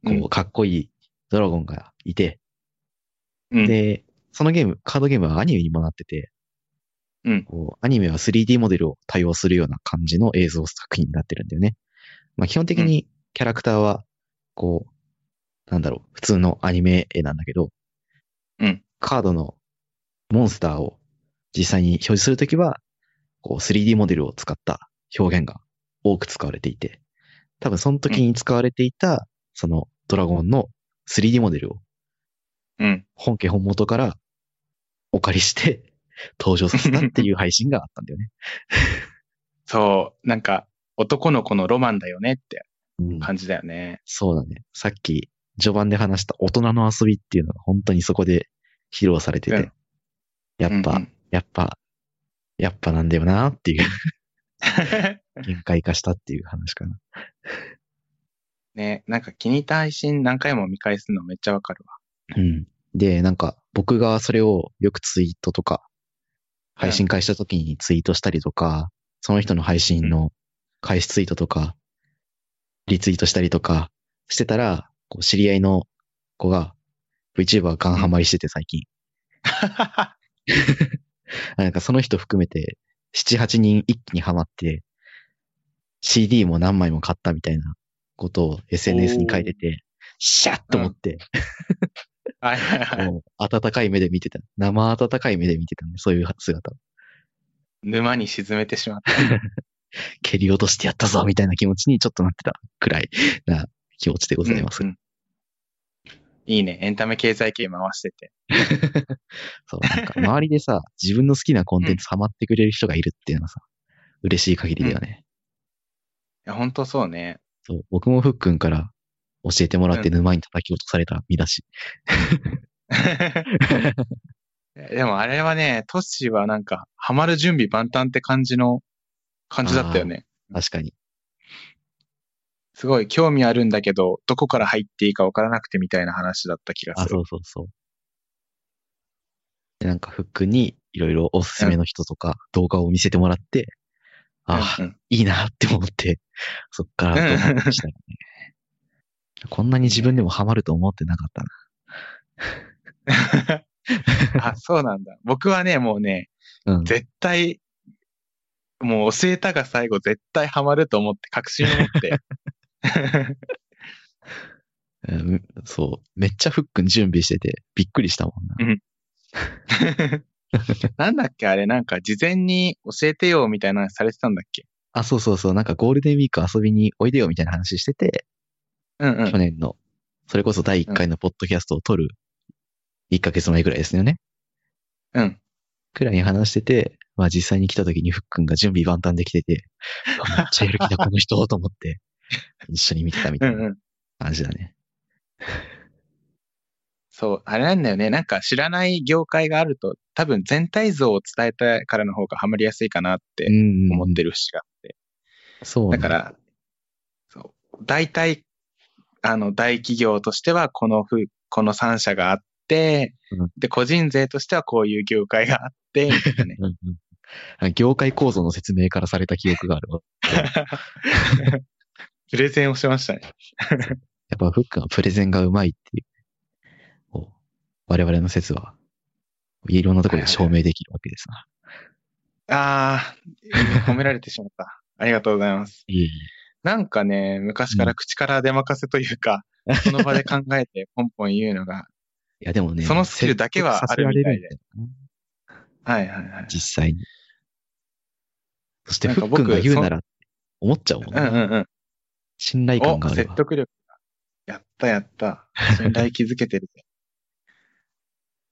Speaker 1: うん
Speaker 2: う、かっこいいドラゴンがいて、
Speaker 1: うん。
Speaker 2: で、そのゲーム、カードゲームはアニメにもなってて、
Speaker 1: うん
Speaker 2: こうアニメは 3D モデルを対応するような感じの映像作品になってるんだよね。まあ、基本的にキャラクターは、こう、なんだろう、普通のアニメ絵なんだけど、
Speaker 1: うん
Speaker 2: カードのモンスターを実際に表示するときは、こう 3D モデルを使った表現が多く使われていて、多分その時に使われていた、そのドラゴンの 3D モデルを
Speaker 1: うん。
Speaker 2: 本家本元からお借りして 登場させたっていう配信があったんだよね。
Speaker 1: そう、なんか、男の子のロマンだよねって
Speaker 2: うん
Speaker 1: 感じだよね。
Speaker 2: そうだね。さっき序盤で話した大人の遊びっていうのが本当にそこで披露されてて、
Speaker 1: うん
Speaker 2: やっぱ、
Speaker 1: うん うん
Speaker 2: やっぱ、やっぱなんだよなっていう、 限界化したっていう話かな。
Speaker 1: ね、なんか気に入った配信何回も見返すのめっちゃわかる わ。
Speaker 2: うん。で、なんか僕がそれをよくツイートとか、配信会した時にツイートしたりとか、その人の配信の開始ツイートとか、リツイートしたりとかしてたら、こう知り合いの子が VTuber ガンハマりしてて最近。なんかその人含めて7、8人一気にハマって、CD も何枚も買ったみたいなことを SNS に書いてて、シャッと思って、
Speaker 1: はいはいはい。
Speaker 2: もう温かい目で見てた。生温かい目で見てたね、そういう姿を。
Speaker 1: 沼に沈めてしまった。
Speaker 2: 蹴り落としてやったぞみたいな気持ちにちょっとなってたくらいな気持ちでございます。
Speaker 1: うんうんいいね。エンタメ経済系回してて。
Speaker 2: そう、なんか周りでさ、自分の好きなコンテンツハマってくれる人がいるっていうのはさ、嬉しい限りだよね。
Speaker 1: いや、ほんとそうね。
Speaker 2: そう、僕もふっくんから教えてもらって
Speaker 1: う
Speaker 2: 沼に叩き落とされた身だし。
Speaker 1: でもあれはね、トッシーはなんか、ハマる準備万端って感じの、感じだったよね。
Speaker 2: 確かに。
Speaker 1: すごい興味あるんだけど、どこから入っていいかわからなくてみたいな話だった気が
Speaker 2: あ、
Speaker 1: する
Speaker 2: そ。うそうそう。でなんかふっくんにいろいろおすすめの人とか動画を見せてもらって、ああ、
Speaker 1: うんうん
Speaker 2: いいなって思って、 そっからどうなってま したよね。こんなに自分でもハマると思ってなかったな。
Speaker 1: あ、そうなんだ。僕はね、もうね、
Speaker 2: うん。
Speaker 1: 絶対、もう教えたが最後絶対ハマると思って確信を持って。
Speaker 2: えーむそう。めっちゃふっくん準備してて、びっくりしたもんな。
Speaker 1: なんだっけあれなんか事前に教えてよみたいな話されてたんだっけ
Speaker 2: あ、そうそうそう。なんかゴールデンウィーク遊びにおいでよみたいな話してて、
Speaker 1: うんう
Speaker 2: 去
Speaker 1: ん。
Speaker 2: 年の、それこそ第1回のポッドキャストを撮る1ヶ月前ぐらいですよね。
Speaker 1: うん。
Speaker 2: くらいに話してて、まあ実際に来た時にふっくんが準備万端できて て、うわめっちゃやる気だこの人と思って、一緒に見てたみ
Speaker 1: う
Speaker 2: たい
Speaker 1: ん
Speaker 2: な
Speaker 1: うん。
Speaker 2: 感じだね。
Speaker 1: そう、あれなんだよね。なんか知らない業界があると、多分全体像を伝えたからの方がハマりやすいかなって
Speaker 2: ん
Speaker 1: 思って
Speaker 2: る。
Speaker 1: る節があって。
Speaker 2: そう、
Speaker 1: だか。ら、そう、大体、あの、大企業としてはこのふ、この3社があって
Speaker 2: うん、
Speaker 1: で、個人税としてはこういう業界があって、みたいな ね。
Speaker 2: うんうんあ業界構造の説明からされた記憶があるわ。
Speaker 1: プレゼンをしましたね。
Speaker 2: やっぱフックはプレゼンがうまいっていう、こう我々の説は、いろんなところで証明できるわけですな。
Speaker 1: ああ、褒められてしまった。ありがとうございます。
Speaker 2: いえいえ
Speaker 1: なんかね、昔から口から出まかせというか、その場で考えてポンポン言うのが、
Speaker 2: いやでもね、
Speaker 1: そのスキルだけはあるみたいで
Speaker 2: 説得させられるんだよな
Speaker 1: はいはいはい。
Speaker 2: 実際に。そして
Speaker 1: なん
Speaker 2: フ
Speaker 1: か
Speaker 2: ック
Speaker 1: 僕
Speaker 2: ンが言うなら、思っちゃうもん
Speaker 1: う
Speaker 2: ね、
Speaker 1: んうんうん。
Speaker 2: 信頼感があ
Speaker 1: お、
Speaker 2: る
Speaker 1: 説
Speaker 2: わ。
Speaker 1: 得力が。やったやった。信頼築けてるぜ。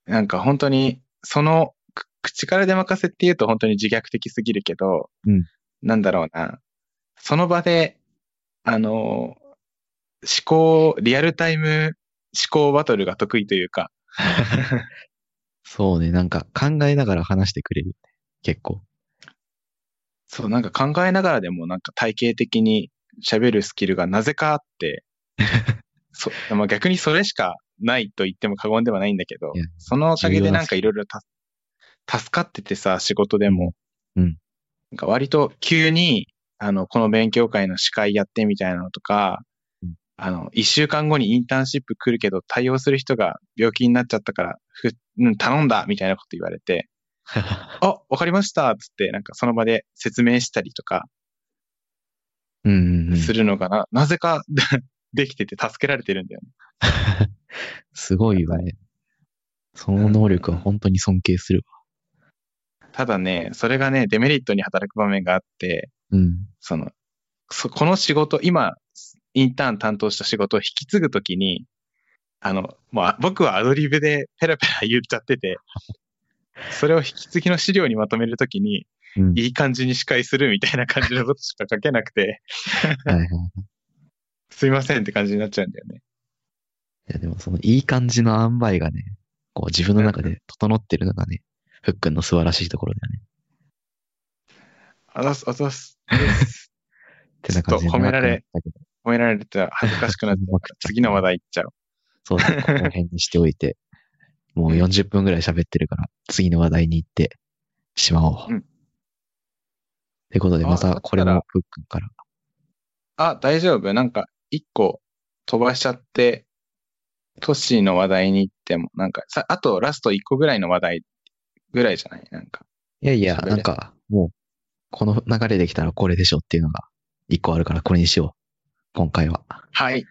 Speaker 1: なんか本当に、その、く口から出まかせって言うと本当に自虐的すぎるけど、
Speaker 2: うん
Speaker 1: なんだろうな。その場で、あの、思考、リアルタイム思考バトルが得意というか、
Speaker 2: そうね、なんか考えながら話してくれるよね。結構。
Speaker 1: そう、なんか考えながらでもなんか体系的に喋るスキルがなぜかあ って、そまあ、逆にそれしかないと言っても過言ではないんだけど
Speaker 2: いや、
Speaker 1: そのおかげ
Speaker 2: 重
Speaker 1: で
Speaker 2: 要な
Speaker 1: なんかいろいろた助かっててさ、仕事でも。
Speaker 2: うん
Speaker 1: なんか割と急に、あの、この勉強会の司会やってみたいなのとか
Speaker 2: うん、
Speaker 1: あの、一週間後にインターンシップ来るけど対応する人が病気になっちゃったから、ふうん、頼んだみたいなこと言われて、あ、わかりましたっつって、なんかその場で説明したりとか、
Speaker 2: うんうんうん。
Speaker 1: するのかな、なぜか できてて助けられてるんだよね。
Speaker 2: すごいよね。その能力は本当に尊敬する
Speaker 1: ただね、それがね、デメリットに働く場面があって、
Speaker 2: わ。うん。
Speaker 1: その、そこの仕事、今、インターン担当した仕事を引き継ぐときに、あの、もうあ僕はアドリブでペラペラ言っちゃって て、それを引き継ぎの資料にまとめるときに、
Speaker 2: うん
Speaker 1: いい感じに司会するみたいな感じのことしか書けなくて、
Speaker 2: はいはい。い
Speaker 1: すいませんって感じになっちゃうんだよね。
Speaker 2: やでもそのいい感じの塩梅がね、こう自分の中で整ってるのがね、ふっくんの素晴らしいところだよね。
Speaker 1: あざす、あざす。
Speaker 2: ってな感じで
Speaker 1: ちょっと褒められ
Speaker 2: 長くなったけど
Speaker 1: 褒められてたら恥ずかしくなっ ちゃうから、次の話題いっちゃおう。
Speaker 2: そうだね、この辺にしておい て、もう40分ぐらい喋ってるから、次の話題に行ってしまおう。
Speaker 1: うん
Speaker 2: ってことで、
Speaker 1: あ
Speaker 2: またこれ
Speaker 1: だった
Speaker 2: も
Speaker 1: ら
Speaker 2: ふっくんから。
Speaker 1: あ、大丈夫。なんか、一個飛ばしちゃって、都市の話題に行っても、なんか、さ、あとラスト一個ぐらいの話題ぐらいじゃないなんか。
Speaker 2: いやいや、
Speaker 1: 喋れ
Speaker 2: なんか、もう、この流れできたらこれでしょっていうのが、一個あるから、これにしよう。今回は。
Speaker 1: はい。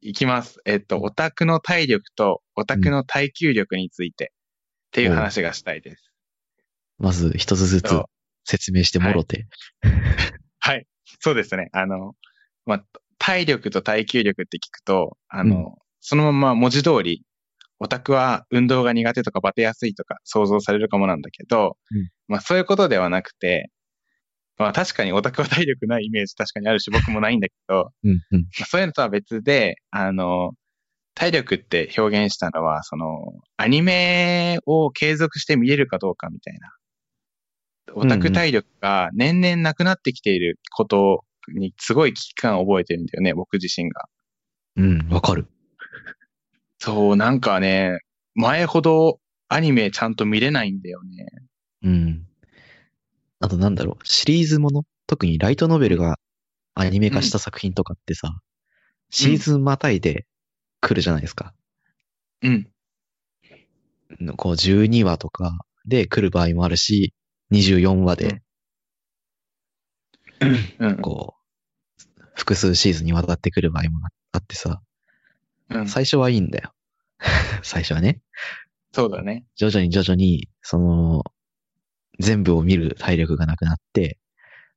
Speaker 1: 行きます。えっと、オタクの体力とオタクの耐久力についてっていう話がしたいです。
Speaker 2: まず、一つずつ
Speaker 1: そう
Speaker 2: 説明してもろて。
Speaker 1: はい。そうですね。あの、まあ、体力と耐久力って聞くと、あの、
Speaker 2: うん
Speaker 1: そのまま文字通り、オタクは運動が苦手とかバテやすいとか想像されるかもなんだけど、
Speaker 2: うん
Speaker 1: まあそういうことではなくて、まあ確かにオタクは体力ないイメージ確かにあるし、僕もないんだけど、
Speaker 2: うん、うん。
Speaker 1: まあそういうのとは別で、あの、体力って表現したのは、その、アニメを継続して見れるかどうかみたいな。オタク体力が年々なくなってきていることにすごい危機感を覚えてるんだよね、僕自身が。
Speaker 2: うん、わかる。
Speaker 1: そう、なんかね、前ほどアニメちゃんと見れないんだよね。
Speaker 2: うん。あと、なんだろう、シリーズもの特にライトノベルがアニメ化した作品とかってさ、シーズンまたいで来るじゃないですか。
Speaker 1: うん。
Speaker 2: のこう12話とかで来る場合もあるし、24話
Speaker 1: う
Speaker 2: で
Speaker 1: うん。
Speaker 2: こう、複数シーズンにわたってくる場合もあってさ、
Speaker 1: うん、
Speaker 2: 最初はいいんだよ。 最初はね。
Speaker 1: そうだね。
Speaker 2: 徐々に徐々に、その、全部を見る体力がなくなって、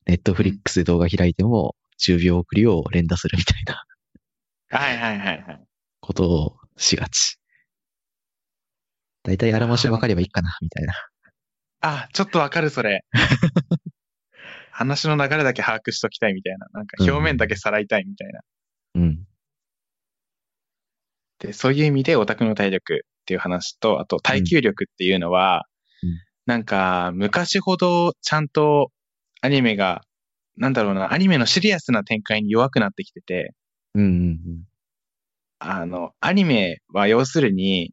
Speaker 2: ネットフリックスで動画開いても10秒送りを連打するみたいな
Speaker 1: はいはいはいはい。
Speaker 2: ことをしがち。だいたいあらまし分かればいいかな、みたいな。
Speaker 1: あ、ちょっとわかる、それ。 話の流れだけ把握しときたいみたいな。なんか表面だけさらいたいみたいな。
Speaker 2: うん。
Speaker 1: で、そういう意味でオタクの体力っていう話と、あと耐久力っていうのは、
Speaker 2: うん
Speaker 1: なんか昔ほどちゃんとアニメが、なんだろうな、アニメのシリアスな展開に弱くなってきてて、
Speaker 2: うんうん
Speaker 1: あの、アニメは要するに、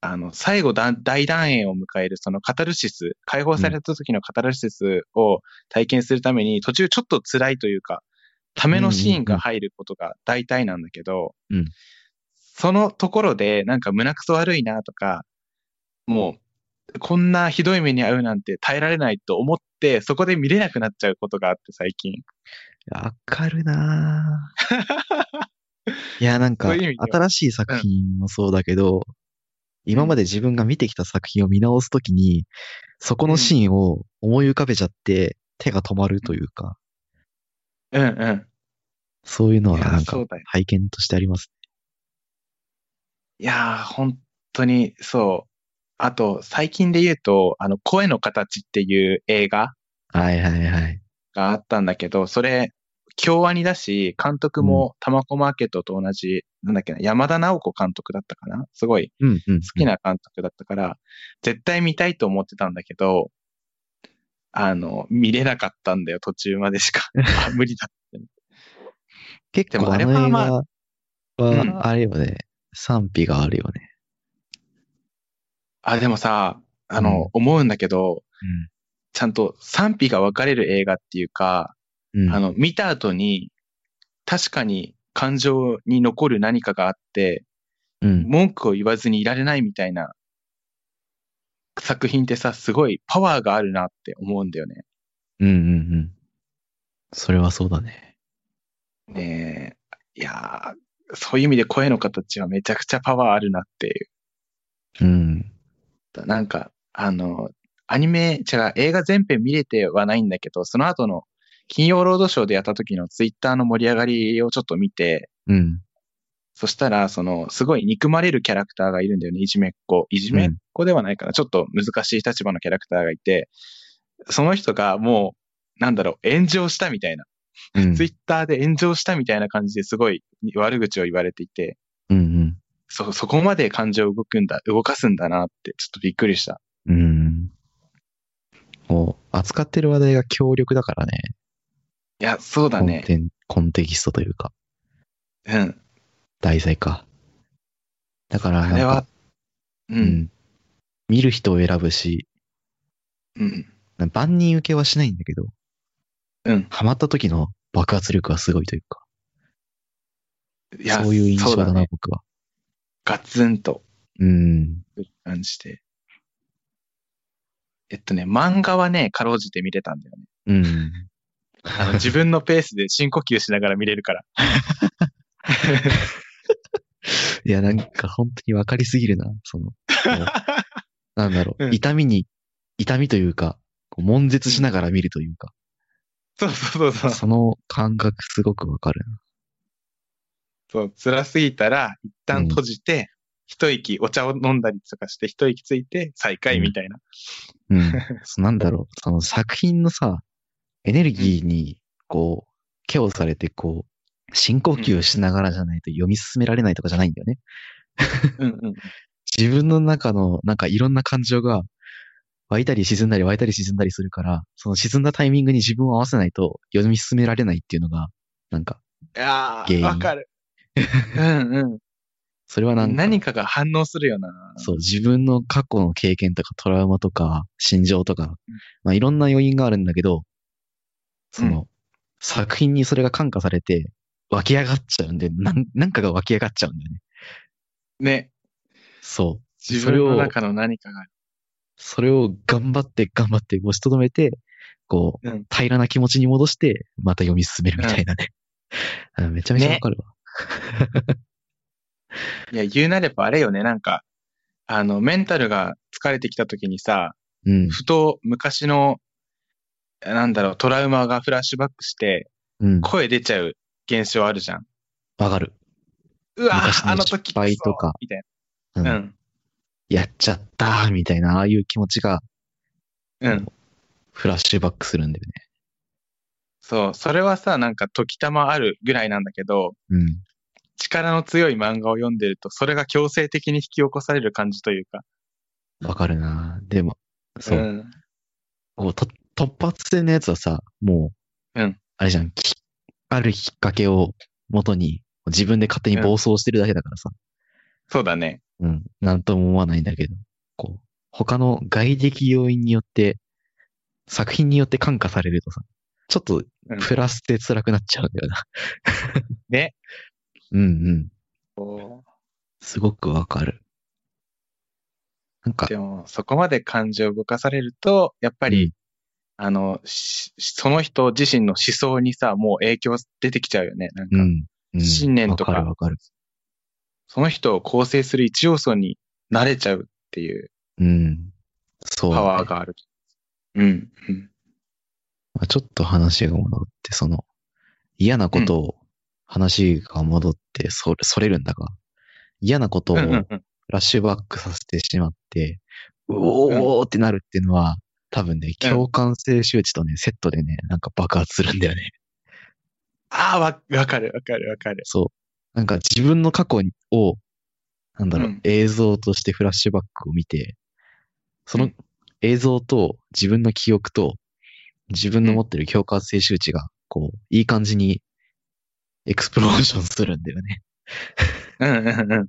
Speaker 1: あの、最後だ大団円を迎えるそのカタルシス、解放された時のカタルシスを体験するために、途中ちょっと辛いというか、ためのシーンが入ることが大体なんだけど、
Speaker 2: うん
Speaker 1: そのところでなんか胸くそ悪いなとか、もう、こんなひどい目に遭うなんて耐えられないと思って、そこで見れなくなっちゃうことがあって、最近。
Speaker 2: うん。わかるなぁ いや、なんか、
Speaker 1: そういう意味では
Speaker 2: 新しい作品もそうだけど、今まで自分が見てきた作品を見直すときに、そこのシーンを思い浮かべちゃって、手が止まるというか、
Speaker 1: うんうん。
Speaker 2: そういうのはい
Speaker 1: や
Speaker 2: なんか
Speaker 1: そうだよ
Speaker 2: 体験としてあります。
Speaker 1: いやー、本当にそう。あと、最近で言うと、あの、声の形っていう映画
Speaker 2: はいはいはい。
Speaker 1: があったんだけど、それ、京アニだし、監督も玉子マーケットと同じ、なんだっけな、山田直子監督だったかなすごい
Speaker 2: うんうん。好
Speaker 1: 好き。な監督だったから、絶対見たいと思ってたんだけど、あの、見れなかったんだよ、途中まで しか。あ、無理だ。
Speaker 2: 結構あ
Speaker 1: でも
Speaker 2: の
Speaker 1: あれは
Speaker 2: 映
Speaker 1: まあ
Speaker 2: 画
Speaker 1: うん
Speaker 2: は、あれよね、賛否があるよね。
Speaker 1: あ、でもさ、あ
Speaker 2: うん
Speaker 1: の、思うんだけど、ちゃんと賛否が分かれる映画っていうか、
Speaker 2: うん。うん
Speaker 1: あの、見た後に、確かに感情に残る何かがあって、
Speaker 2: うん。
Speaker 1: 文句を言わずにいられないみたいな作品ってさ、すごいパワーがあるなって思うんだよね。
Speaker 2: うんうんうん。それはそうだね。
Speaker 1: ねえ。いやー、そういう意味で声の形はめちゃくちゃパワーあるなっていう。
Speaker 2: うん。
Speaker 1: なんか、あの、アニメ、違う、映画全編見れてはないんだけど、その後の金曜ロードショーでやった時のツイッターの盛り上がりをちょっと見て、
Speaker 2: うん。
Speaker 1: そしたら、その、すごい憎まれるキャラクターがいるんだよね、いじめっ子。いじめっ子ではないかな、ちょっと難しい立場のキャラクターがいて、その人がもう、なんだろう、炎上したみたいな、
Speaker 2: うん
Speaker 1: ツイッターで炎上したみたいな感じですごい悪口を言われていて、
Speaker 2: うん
Speaker 1: そ、そこまで感情を動くんだ、動かすんだなって、ちょっとびっくりした。
Speaker 2: うん。うん。こう、扱ってる話題が強力だからね。
Speaker 1: いや、そうだ
Speaker 2: コン
Speaker 1: ね。
Speaker 2: テン、コンテキストというか、
Speaker 1: うん。
Speaker 2: 題材か。だからなん
Speaker 1: あ
Speaker 2: か、
Speaker 1: れは、う、
Speaker 2: うんん。見る人を選ぶし、
Speaker 1: うん、
Speaker 2: 万人受けはしないんだけど、
Speaker 1: うん。
Speaker 2: ハマった時の爆発力はすごいというか、
Speaker 1: いや、
Speaker 2: そういう印象
Speaker 1: そう
Speaker 2: だ
Speaker 1: だ
Speaker 2: な、
Speaker 1: ね。
Speaker 2: 僕は。
Speaker 1: ガツンと。
Speaker 2: うん。
Speaker 1: 感じで。えっとね、漫画はね、かろうじて見れたんだよね。
Speaker 2: うん。
Speaker 1: あ の自分のペースで深呼吸しながら見れるから。
Speaker 2: いや、なんか本当にわかりすぎるな、その、もう なんだろう、
Speaker 1: うん
Speaker 2: 痛みに、痛みというか、こう悶絶しながら見るというか、
Speaker 1: そうそうそうそう。
Speaker 2: その感覚すごくわかるな。
Speaker 1: そう辛すぎたら、一旦閉じて、一息、お茶を飲んだりとかして、一息ついて、再開みたいな。
Speaker 2: うん。 そうなんだろう、その作品のさ、エネルギーに、こう、ケをされて、こう、深呼吸をしながらじゃないと読み進められないとかじゃないんだよね。
Speaker 1: うんうん。
Speaker 2: 自分の中の、なんかいろんな感情が、湧いたり沈んだり湧いたり沈んだりするから、その沈んだタイミングに自分を合わせないと読み進められないっていうのが、なんか、
Speaker 1: いや
Speaker 2: 原
Speaker 1: ー、
Speaker 2: 因
Speaker 1: わかる。うんう
Speaker 2: それはなん
Speaker 1: ん。
Speaker 2: か、
Speaker 1: 何かが反応するよな。
Speaker 2: そう、自分の過去の経験とかトラウマとか、心情とか、まあいろんな要因があるんだけど、その、作品にそれが感化されて、湧き上がっちゃうんで、なん、なんかが湧き上がっちゃうんだよね。
Speaker 1: ね。
Speaker 2: そう。
Speaker 1: 自分の
Speaker 2: それを
Speaker 1: 中の何かが。
Speaker 2: それを頑張って頑張って押しとどめて、こう、
Speaker 1: うん
Speaker 2: 平らな気持ちに戻して、また読み進めるみたいなね。あめちゃめちゃわかるわ。
Speaker 1: いや、言うなればあれよね、なんか、あの、メンタルが疲れてきた時にさ、
Speaker 2: うん。
Speaker 1: ふと昔の、なんだろう、トラウマがフラッシュバックして、
Speaker 2: うん。
Speaker 1: 声出ちゃう現象あるじゃん。
Speaker 2: わかる。
Speaker 1: うわ
Speaker 2: 昔の
Speaker 1: あの時
Speaker 2: 失敗と
Speaker 1: クソ
Speaker 2: か
Speaker 1: みたい
Speaker 2: うん。
Speaker 1: な。うん。
Speaker 2: やっちゃったーみたいな、ああいう気持ちが
Speaker 1: うん。
Speaker 2: フラッシュバックするんだよね。
Speaker 1: そう。それはさ、なんか時たまあるぐらいなんだけど、
Speaker 2: うん。
Speaker 1: 力の強い漫画を読んでると、それが強制的に引き起こされる感じというか。
Speaker 2: わかるなでも、そう。
Speaker 1: ん。
Speaker 2: こうと突発性のやつはさ、もう、
Speaker 1: うん
Speaker 2: あれじゃん、きあるきっかけを元に、自分で勝手に暴走してるだけだからさ、
Speaker 1: そうだね。
Speaker 2: うん、なんとも思わないんだけど、こう、他の外的要因によって、作品によって感化されるとさ、ちょっと
Speaker 1: うん
Speaker 2: プラスで辛くなっちゃうんだよな。
Speaker 1: ね。
Speaker 2: うんうん。
Speaker 1: こ
Speaker 2: すごくわかる。なん
Speaker 1: う
Speaker 2: か、
Speaker 1: でも、そこまで感情を動かされると、やっぱり、
Speaker 2: うん
Speaker 1: あの、しその人自身の思想にさ、もう影響出てきちゃうよね。なん
Speaker 2: う
Speaker 1: か、
Speaker 2: ん。うん
Speaker 1: 信念とか
Speaker 2: わかるわかる。
Speaker 1: その人を構成する一要素に慣れちゃうっていう
Speaker 2: うん。そう、ね。
Speaker 1: パワーがある。うん。うん。
Speaker 2: まあ、ちょっと話が戻って、その、嫌なことを、話が戻って、それ、それるんだが、嫌なことを
Speaker 1: う
Speaker 2: フ
Speaker 1: んうんうん。
Speaker 2: ラッシュバックさせてしまって、うおーってなるっていうのは、多分ね、
Speaker 1: うん
Speaker 2: 共感性周知とね、セットでね、なんか爆発するんだよね。
Speaker 1: ああ、わ、わかるわかるわかる。
Speaker 2: そう。なんか自分の過去を、なんだろう、
Speaker 1: うん
Speaker 2: 映像としてフラッシュバックを見て、そうの
Speaker 1: ん
Speaker 2: 映像と自分の記憶と自分の持ってる共感性周知が、こう、いい感じにエクスプローションするんだよね。
Speaker 1: うんうんうん。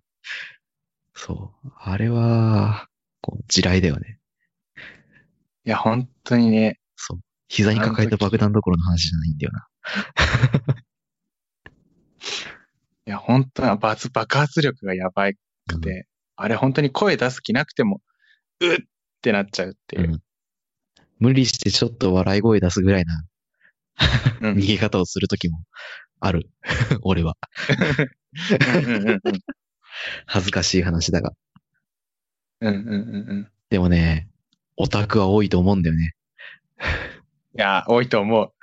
Speaker 2: そう。あれは、こう、地雷だよね。
Speaker 1: いや、本当にね、
Speaker 2: そう。膝に抱えた爆弾どころの話じゃないんだよな。
Speaker 1: いや、本当は爆爆発力がやばいくて、あれ本当に声出す気なくても、うっってなっちゃうっていう。
Speaker 2: 無理してちょっと笑い声出すぐらいな
Speaker 1: うん
Speaker 2: 逃げ方をするときもある。 俺は。
Speaker 1: うんうんうんうん
Speaker 2: 恥ずかしい話だが。
Speaker 1: うんうんうんうん。い
Speaker 2: でもね、オタクは多いと思うんだよね。
Speaker 1: や、多いと思う。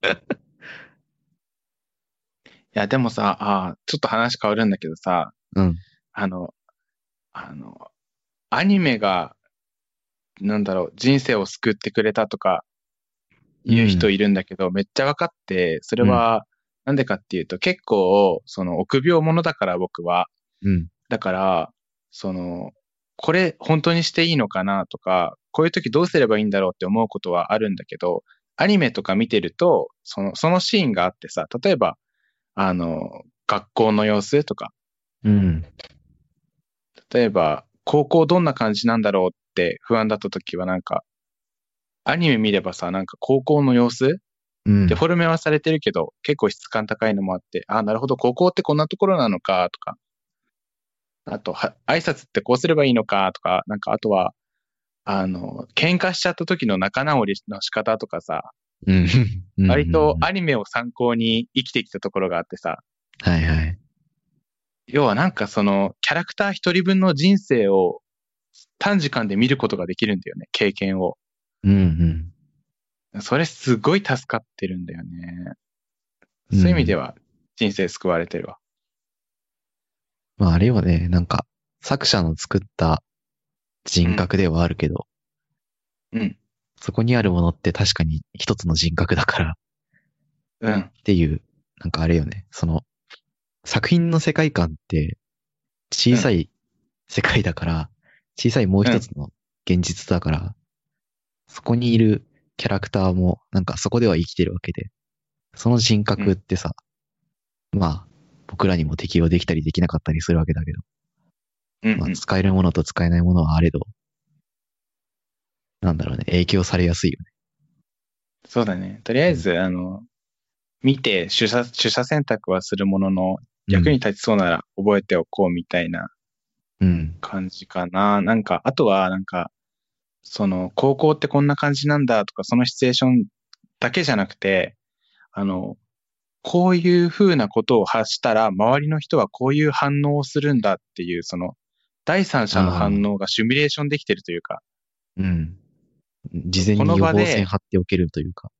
Speaker 1: いや、でもさ、あーちょっと話変わるんだけどさ、
Speaker 2: うん。
Speaker 1: あの、あの、アニメが、なんだろう、人生を救ってくれたとか、言う人いるんだけど、めっちゃ分かって、それは、なんでかっていうと、結構、その、臆病者だから、僕は。
Speaker 2: うん。
Speaker 1: だから、その、これ本当にしていいのかなとか、こういう時どうすればいいんだろうって思うことはあるんだけど、アニメとか見てると、その、そのシーンがあってさ、例えば、あの、学校の様子とか、
Speaker 2: うん。
Speaker 1: 例えば、高校どんな感じなんだろうって不安だった時はなんか、アニメ見ればさ、なんか高校の様子
Speaker 2: うん。
Speaker 1: デフォルメはされてるけど、結構質感高いのもあって、ああ、なるほど、高校ってこんなところなのか、とか。あと、は、挨拶ってこうすればいいのか、とか、なんか、あとは、あの、喧嘩しちゃった時の仲直りの仕方とかさ、
Speaker 2: うん。うん
Speaker 1: 割とアニメを参考に生きてきたところがあってさ、
Speaker 2: はいはい。
Speaker 1: 要はなんかその、キャラクター一人分の人生を短時間で見ることができるんだよね、経験を。
Speaker 2: うんうん。
Speaker 1: それすごい助かってるんだよね。そういう意味では、人生救われてるわ。
Speaker 2: まああれはね、なんか、作者の作った人格ではあるけど、
Speaker 1: うん。
Speaker 2: そこにあるものって確かに一つの人格だから
Speaker 1: うん。
Speaker 2: っていう、なんかあれよね、その、作品の世界観って小さい世界だから、小さいもう一つの現実だから、そこにいるキャラクターも、なんかそこでは生きてるわけで、その人格ってさ、まあ、僕らにも適用できたりできなかったりするわけだけど、
Speaker 1: うんうん
Speaker 2: まあ、使えるものと使えないものはあれど、なんだろうね、影響されやすいよね。
Speaker 1: そうだね。とりあえず、あの、見て取捨、取捨選択はするものの、役に立ちそうなら覚えておこうみたいな
Speaker 2: うん。
Speaker 1: 感じかな。なんか、あとは、なんか、その、高校ってこんな感じなんだとか、そのシチュエーションだけじゃなくて、あの、こういう風なことを発したら、周りの人はこういう反応をするんだっていう、その、第三者の反応がシミュレーションできてるというか、
Speaker 2: うん。事前
Speaker 1: こ
Speaker 2: に
Speaker 1: の
Speaker 2: 予
Speaker 1: 場
Speaker 2: 防
Speaker 1: で
Speaker 2: 線張っておけるというか。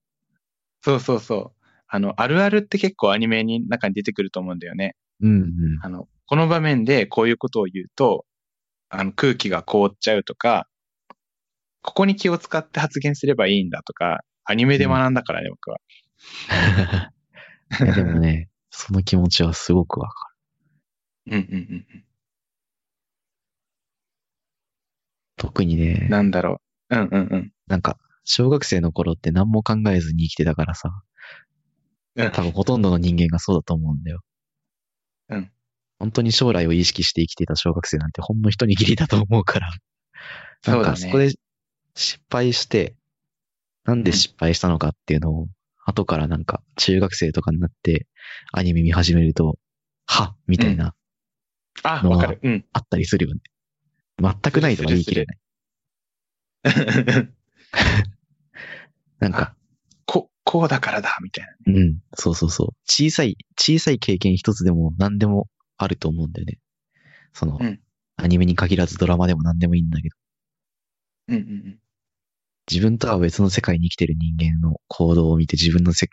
Speaker 1: そうそうそう。あの、あるあるって結構アニメに中に出てくると思うんだよね。
Speaker 2: うん
Speaker 1: あの、この場面でこういうことを言うと、あの、空気が凍っちゃうとか、ここに気を使って発言すればいいんだとか、アニメで学んだからね、僕は。
Speaker 2: うん。いやでもね、その気持ちはすごくわか
Speaker 1: うんうんうん
Speaker 2: る。特にね
Speaker 1: うん。、なんだろう。うんうんうん。
Speaker 2: なんか、小学生の頃って何も考えずに生きてたからさ、
Speaker 1: うん
Speaker 2: 多分ほとんどの人間がそうだと思うんだよ。
Speaker 1: うん。
Speaker 2: 本当に将来を意識して生きてた小学生なんてほんの一握りだと思うから。
Speaker 1: そう
Speaker 2: な
Speaker 1: だ
Speaker 2: んか
Speaker 1: ね。
Speaker 2: そこで失敗して、なんで失敗したのかっていうのを、後からなんか中学生とかになってアニメ見始めると、はみたいな、
Speaker 1: あ、わかる。うん。
Speaker 2: あったりするよね。全くないとは言い切れない。なんか、
Speaker 1: こ、こうだからだ、みたいな。
Speaker 2: うん、そうそうそう。小さい、小さい経験一つでも何でもあると思うんだよね。その、
Speaker 1: うん
Speaker 2: アニメに限らずドラマでも何でもいいんだけど、
Speaker 1: うんうんうん。
Speaker 2: 自分とは別の世界に生きてる人間の行動を見て自分のせ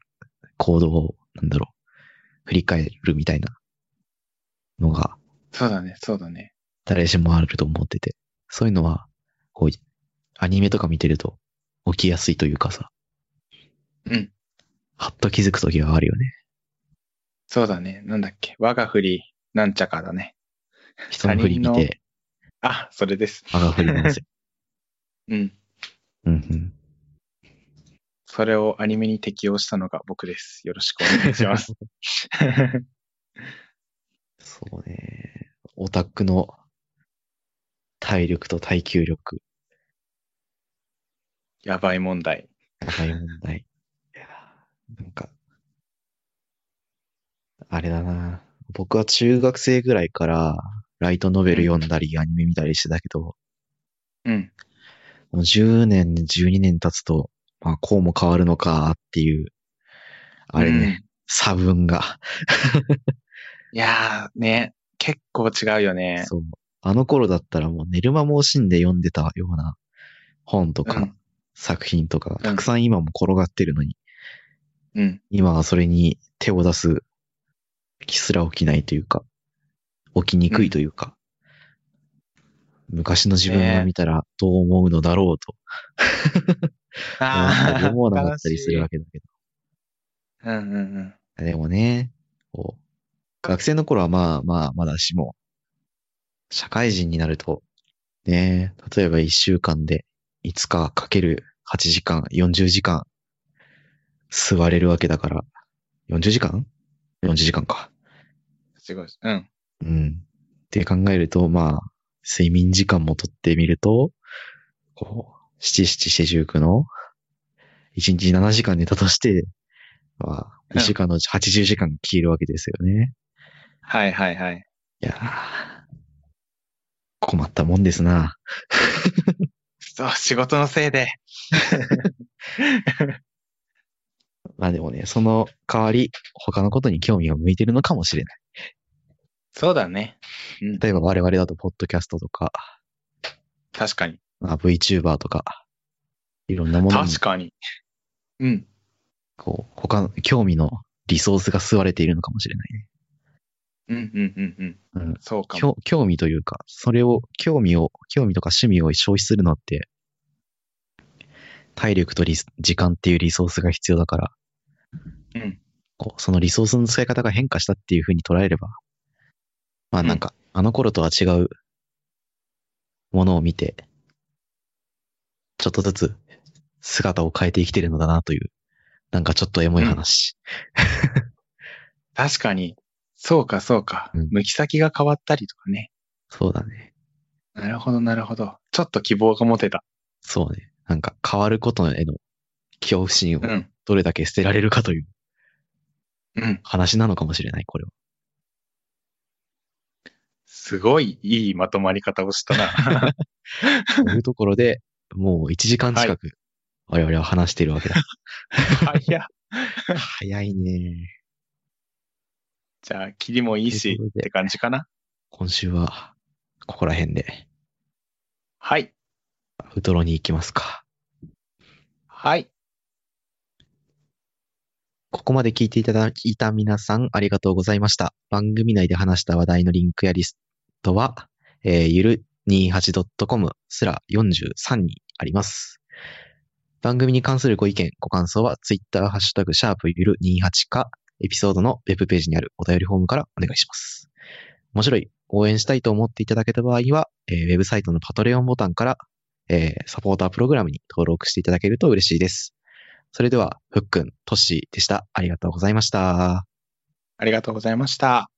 Speaker 2: 行動を、なんだろう、振り返るみたいなのが
Speaker 1: そうだね、そうだね。
Speaker 2: 誰しもあると思ってて、そういうのは、こう、アニメとか見てると起きやすいというかさ、
Speaker 1: うん。
Speaker 2: はっと気づくときはあるよね。
Speaker 1: そうだね。なんだっけ。我が振り、なんちゃかだね。
Speaker 2: 人の振り見
Speaker 1: 他人
Speaker 2: て、
Speaker 1: あ、それです。
Speaker 2: 我が振りなんですよ。
Speaker 1: うん。
Speaker 2: うんうん。
Speaker 1: それをアニメに適用したのが僕です。よろしくお願いします。
Speaker 2: そうね。オタクの体力と耐久力、
Speaker 1: やばい問題。
Speaker 2: 高い問題。いやなんか、あれだな。僕は中学生ぐらいから、ライトノベル読んだり、アニメ見たりしてたけど、
Speaker 1: うん。
Speaker 2: もう10年、12年経つと、まあ、こうも変わるのかっていう、あれね、差分が。
Speaker 1: うん。いやー、ね。結構違うよね。
Speaker 2: そう。あの頃だったらもう寝る間も惜しんで読んでたような本と
Speaker 1: う
Speaker 2: か
Speaker 1: ん。
Speaker 2: 作品とかが
Speaker 1: ん
Speaker 2: たくさん今も転がってるのに、
Speaker 1: うん。
Speaker 2: 今はそれに手を出す気すら起きないというか、起きにくいというか、昔の自分が見たらどう思うのだろうと思った
Speaker 1: あ
Speaker 2: り
Speaker 1: ー
Speaker 2: 思わなかったりするわ
Speaker 1: 悲し
Speaker 2: けだけど。
Speaker 1: いうんうんうん。
Speaker 2: でもね、こう、学生の頃はまあまあ、まだしも、社会人になると、ね、例えば1週間で5日かける8時間、40時間、座れるわけだから、40時間 ?40 時間か。
Speaker 1: すごい。うん。
Speaker 2: うん。って考えると、まあ、睡眠時間も取ってみると、こう、七七四十九の、一日7時間寝たとして、まあ、
Speaker 1: うん
Speaker 2: 1週間のうち80時間消えるわけですよね。
Speaker 1: はいはいはい。
Speaker 2: いやー困ったもんですな。
Speaker 1: そう、仕事のせいで。
Speaker 2: まあでもね、その代わり、他のことに興味が向いてるのかもしれない。
Speaker 1: そうだね。うん。
Speaker 2: 例えば我々だと、ポッドキャストとか、
Speaker 1: 確かに。
Speaker 2: まあ、VTuber とか、いろんなものに
Speaker 1: 確かに。うん。
Speaker 2: こう、他の、興味のリソースが吸われているのかもしれないね。
Speaker 1: うんうんうんうん。
Speaker 2: うん
Speaker 1: そうかも。
Speaker 2: 興興味というか、それを、興味を、興味とか趣味を消費するのって、体力とリス時間っていうリソースが必要だから、
Speaker 1: うん
Speaker 2: こうそのリソースの使い方が変化したっていうふうに捉えれば、まあなんか、あの頃とは違うものを見て、ちょっとずつ姿を変えて生きてるのだなという、なんかちょっとエモい話。
Speaker 1: 確かに。そうかそうか。
Speaker 2: うん
Speaker 1: 向き先が変わったりとかね。
Speaker 2: そうだね。
Speaker 1: なるほどなるほど。ちょっと希望が持てた。
Speaker 2: そうね。なんか変わることへの恐怖心を
Speaker 1: うん。
Speaker 2: どれだけ捨てられるかという
Speaker 1: うん。
Speaker 2: 話なのかもしれない、これは。
Speaker 1: すごいいいまとまり方をしたな。
Speaker 2: というところで、もう1時間近く、我々は話しているわけだ。
Speaker 1: はい、いや、
Speaker 2: 早いね。
Speaker 1: じゃあ、切りもいい
Speaker 2: とい
Speaker 1: し
Speaker 2: うこ、と
Speaker 1: っ
Speaker 2: で
Speaker 1: て感じかな。
Speaker 2: 今週は、ここら辺で、
Speaker 1: はい。
Speaker 2: ウトロに行きますか。
Speaker 1: はい。
Speaker 2: ここまで聞いていただいた皆さん、ありがとうございました。番組内で話した話題のリンクやリストは、えーゆる 28.com すら43にあります。番組に関するご意見、ご感想は、ツイッターハッシュタグ、シャープゆる28か、エピソードのウェブページにあるお便りフォームからお願いします。面白い、応援したいと思っていただけた場合は、えーウェブサイトのパトレオンボタンから、えーサポータープログラムに登録していただけると嬉しいです。それでは、ふっくん、とっしーでした。ありがとうございました。
Speaker 1: ありがとうございました。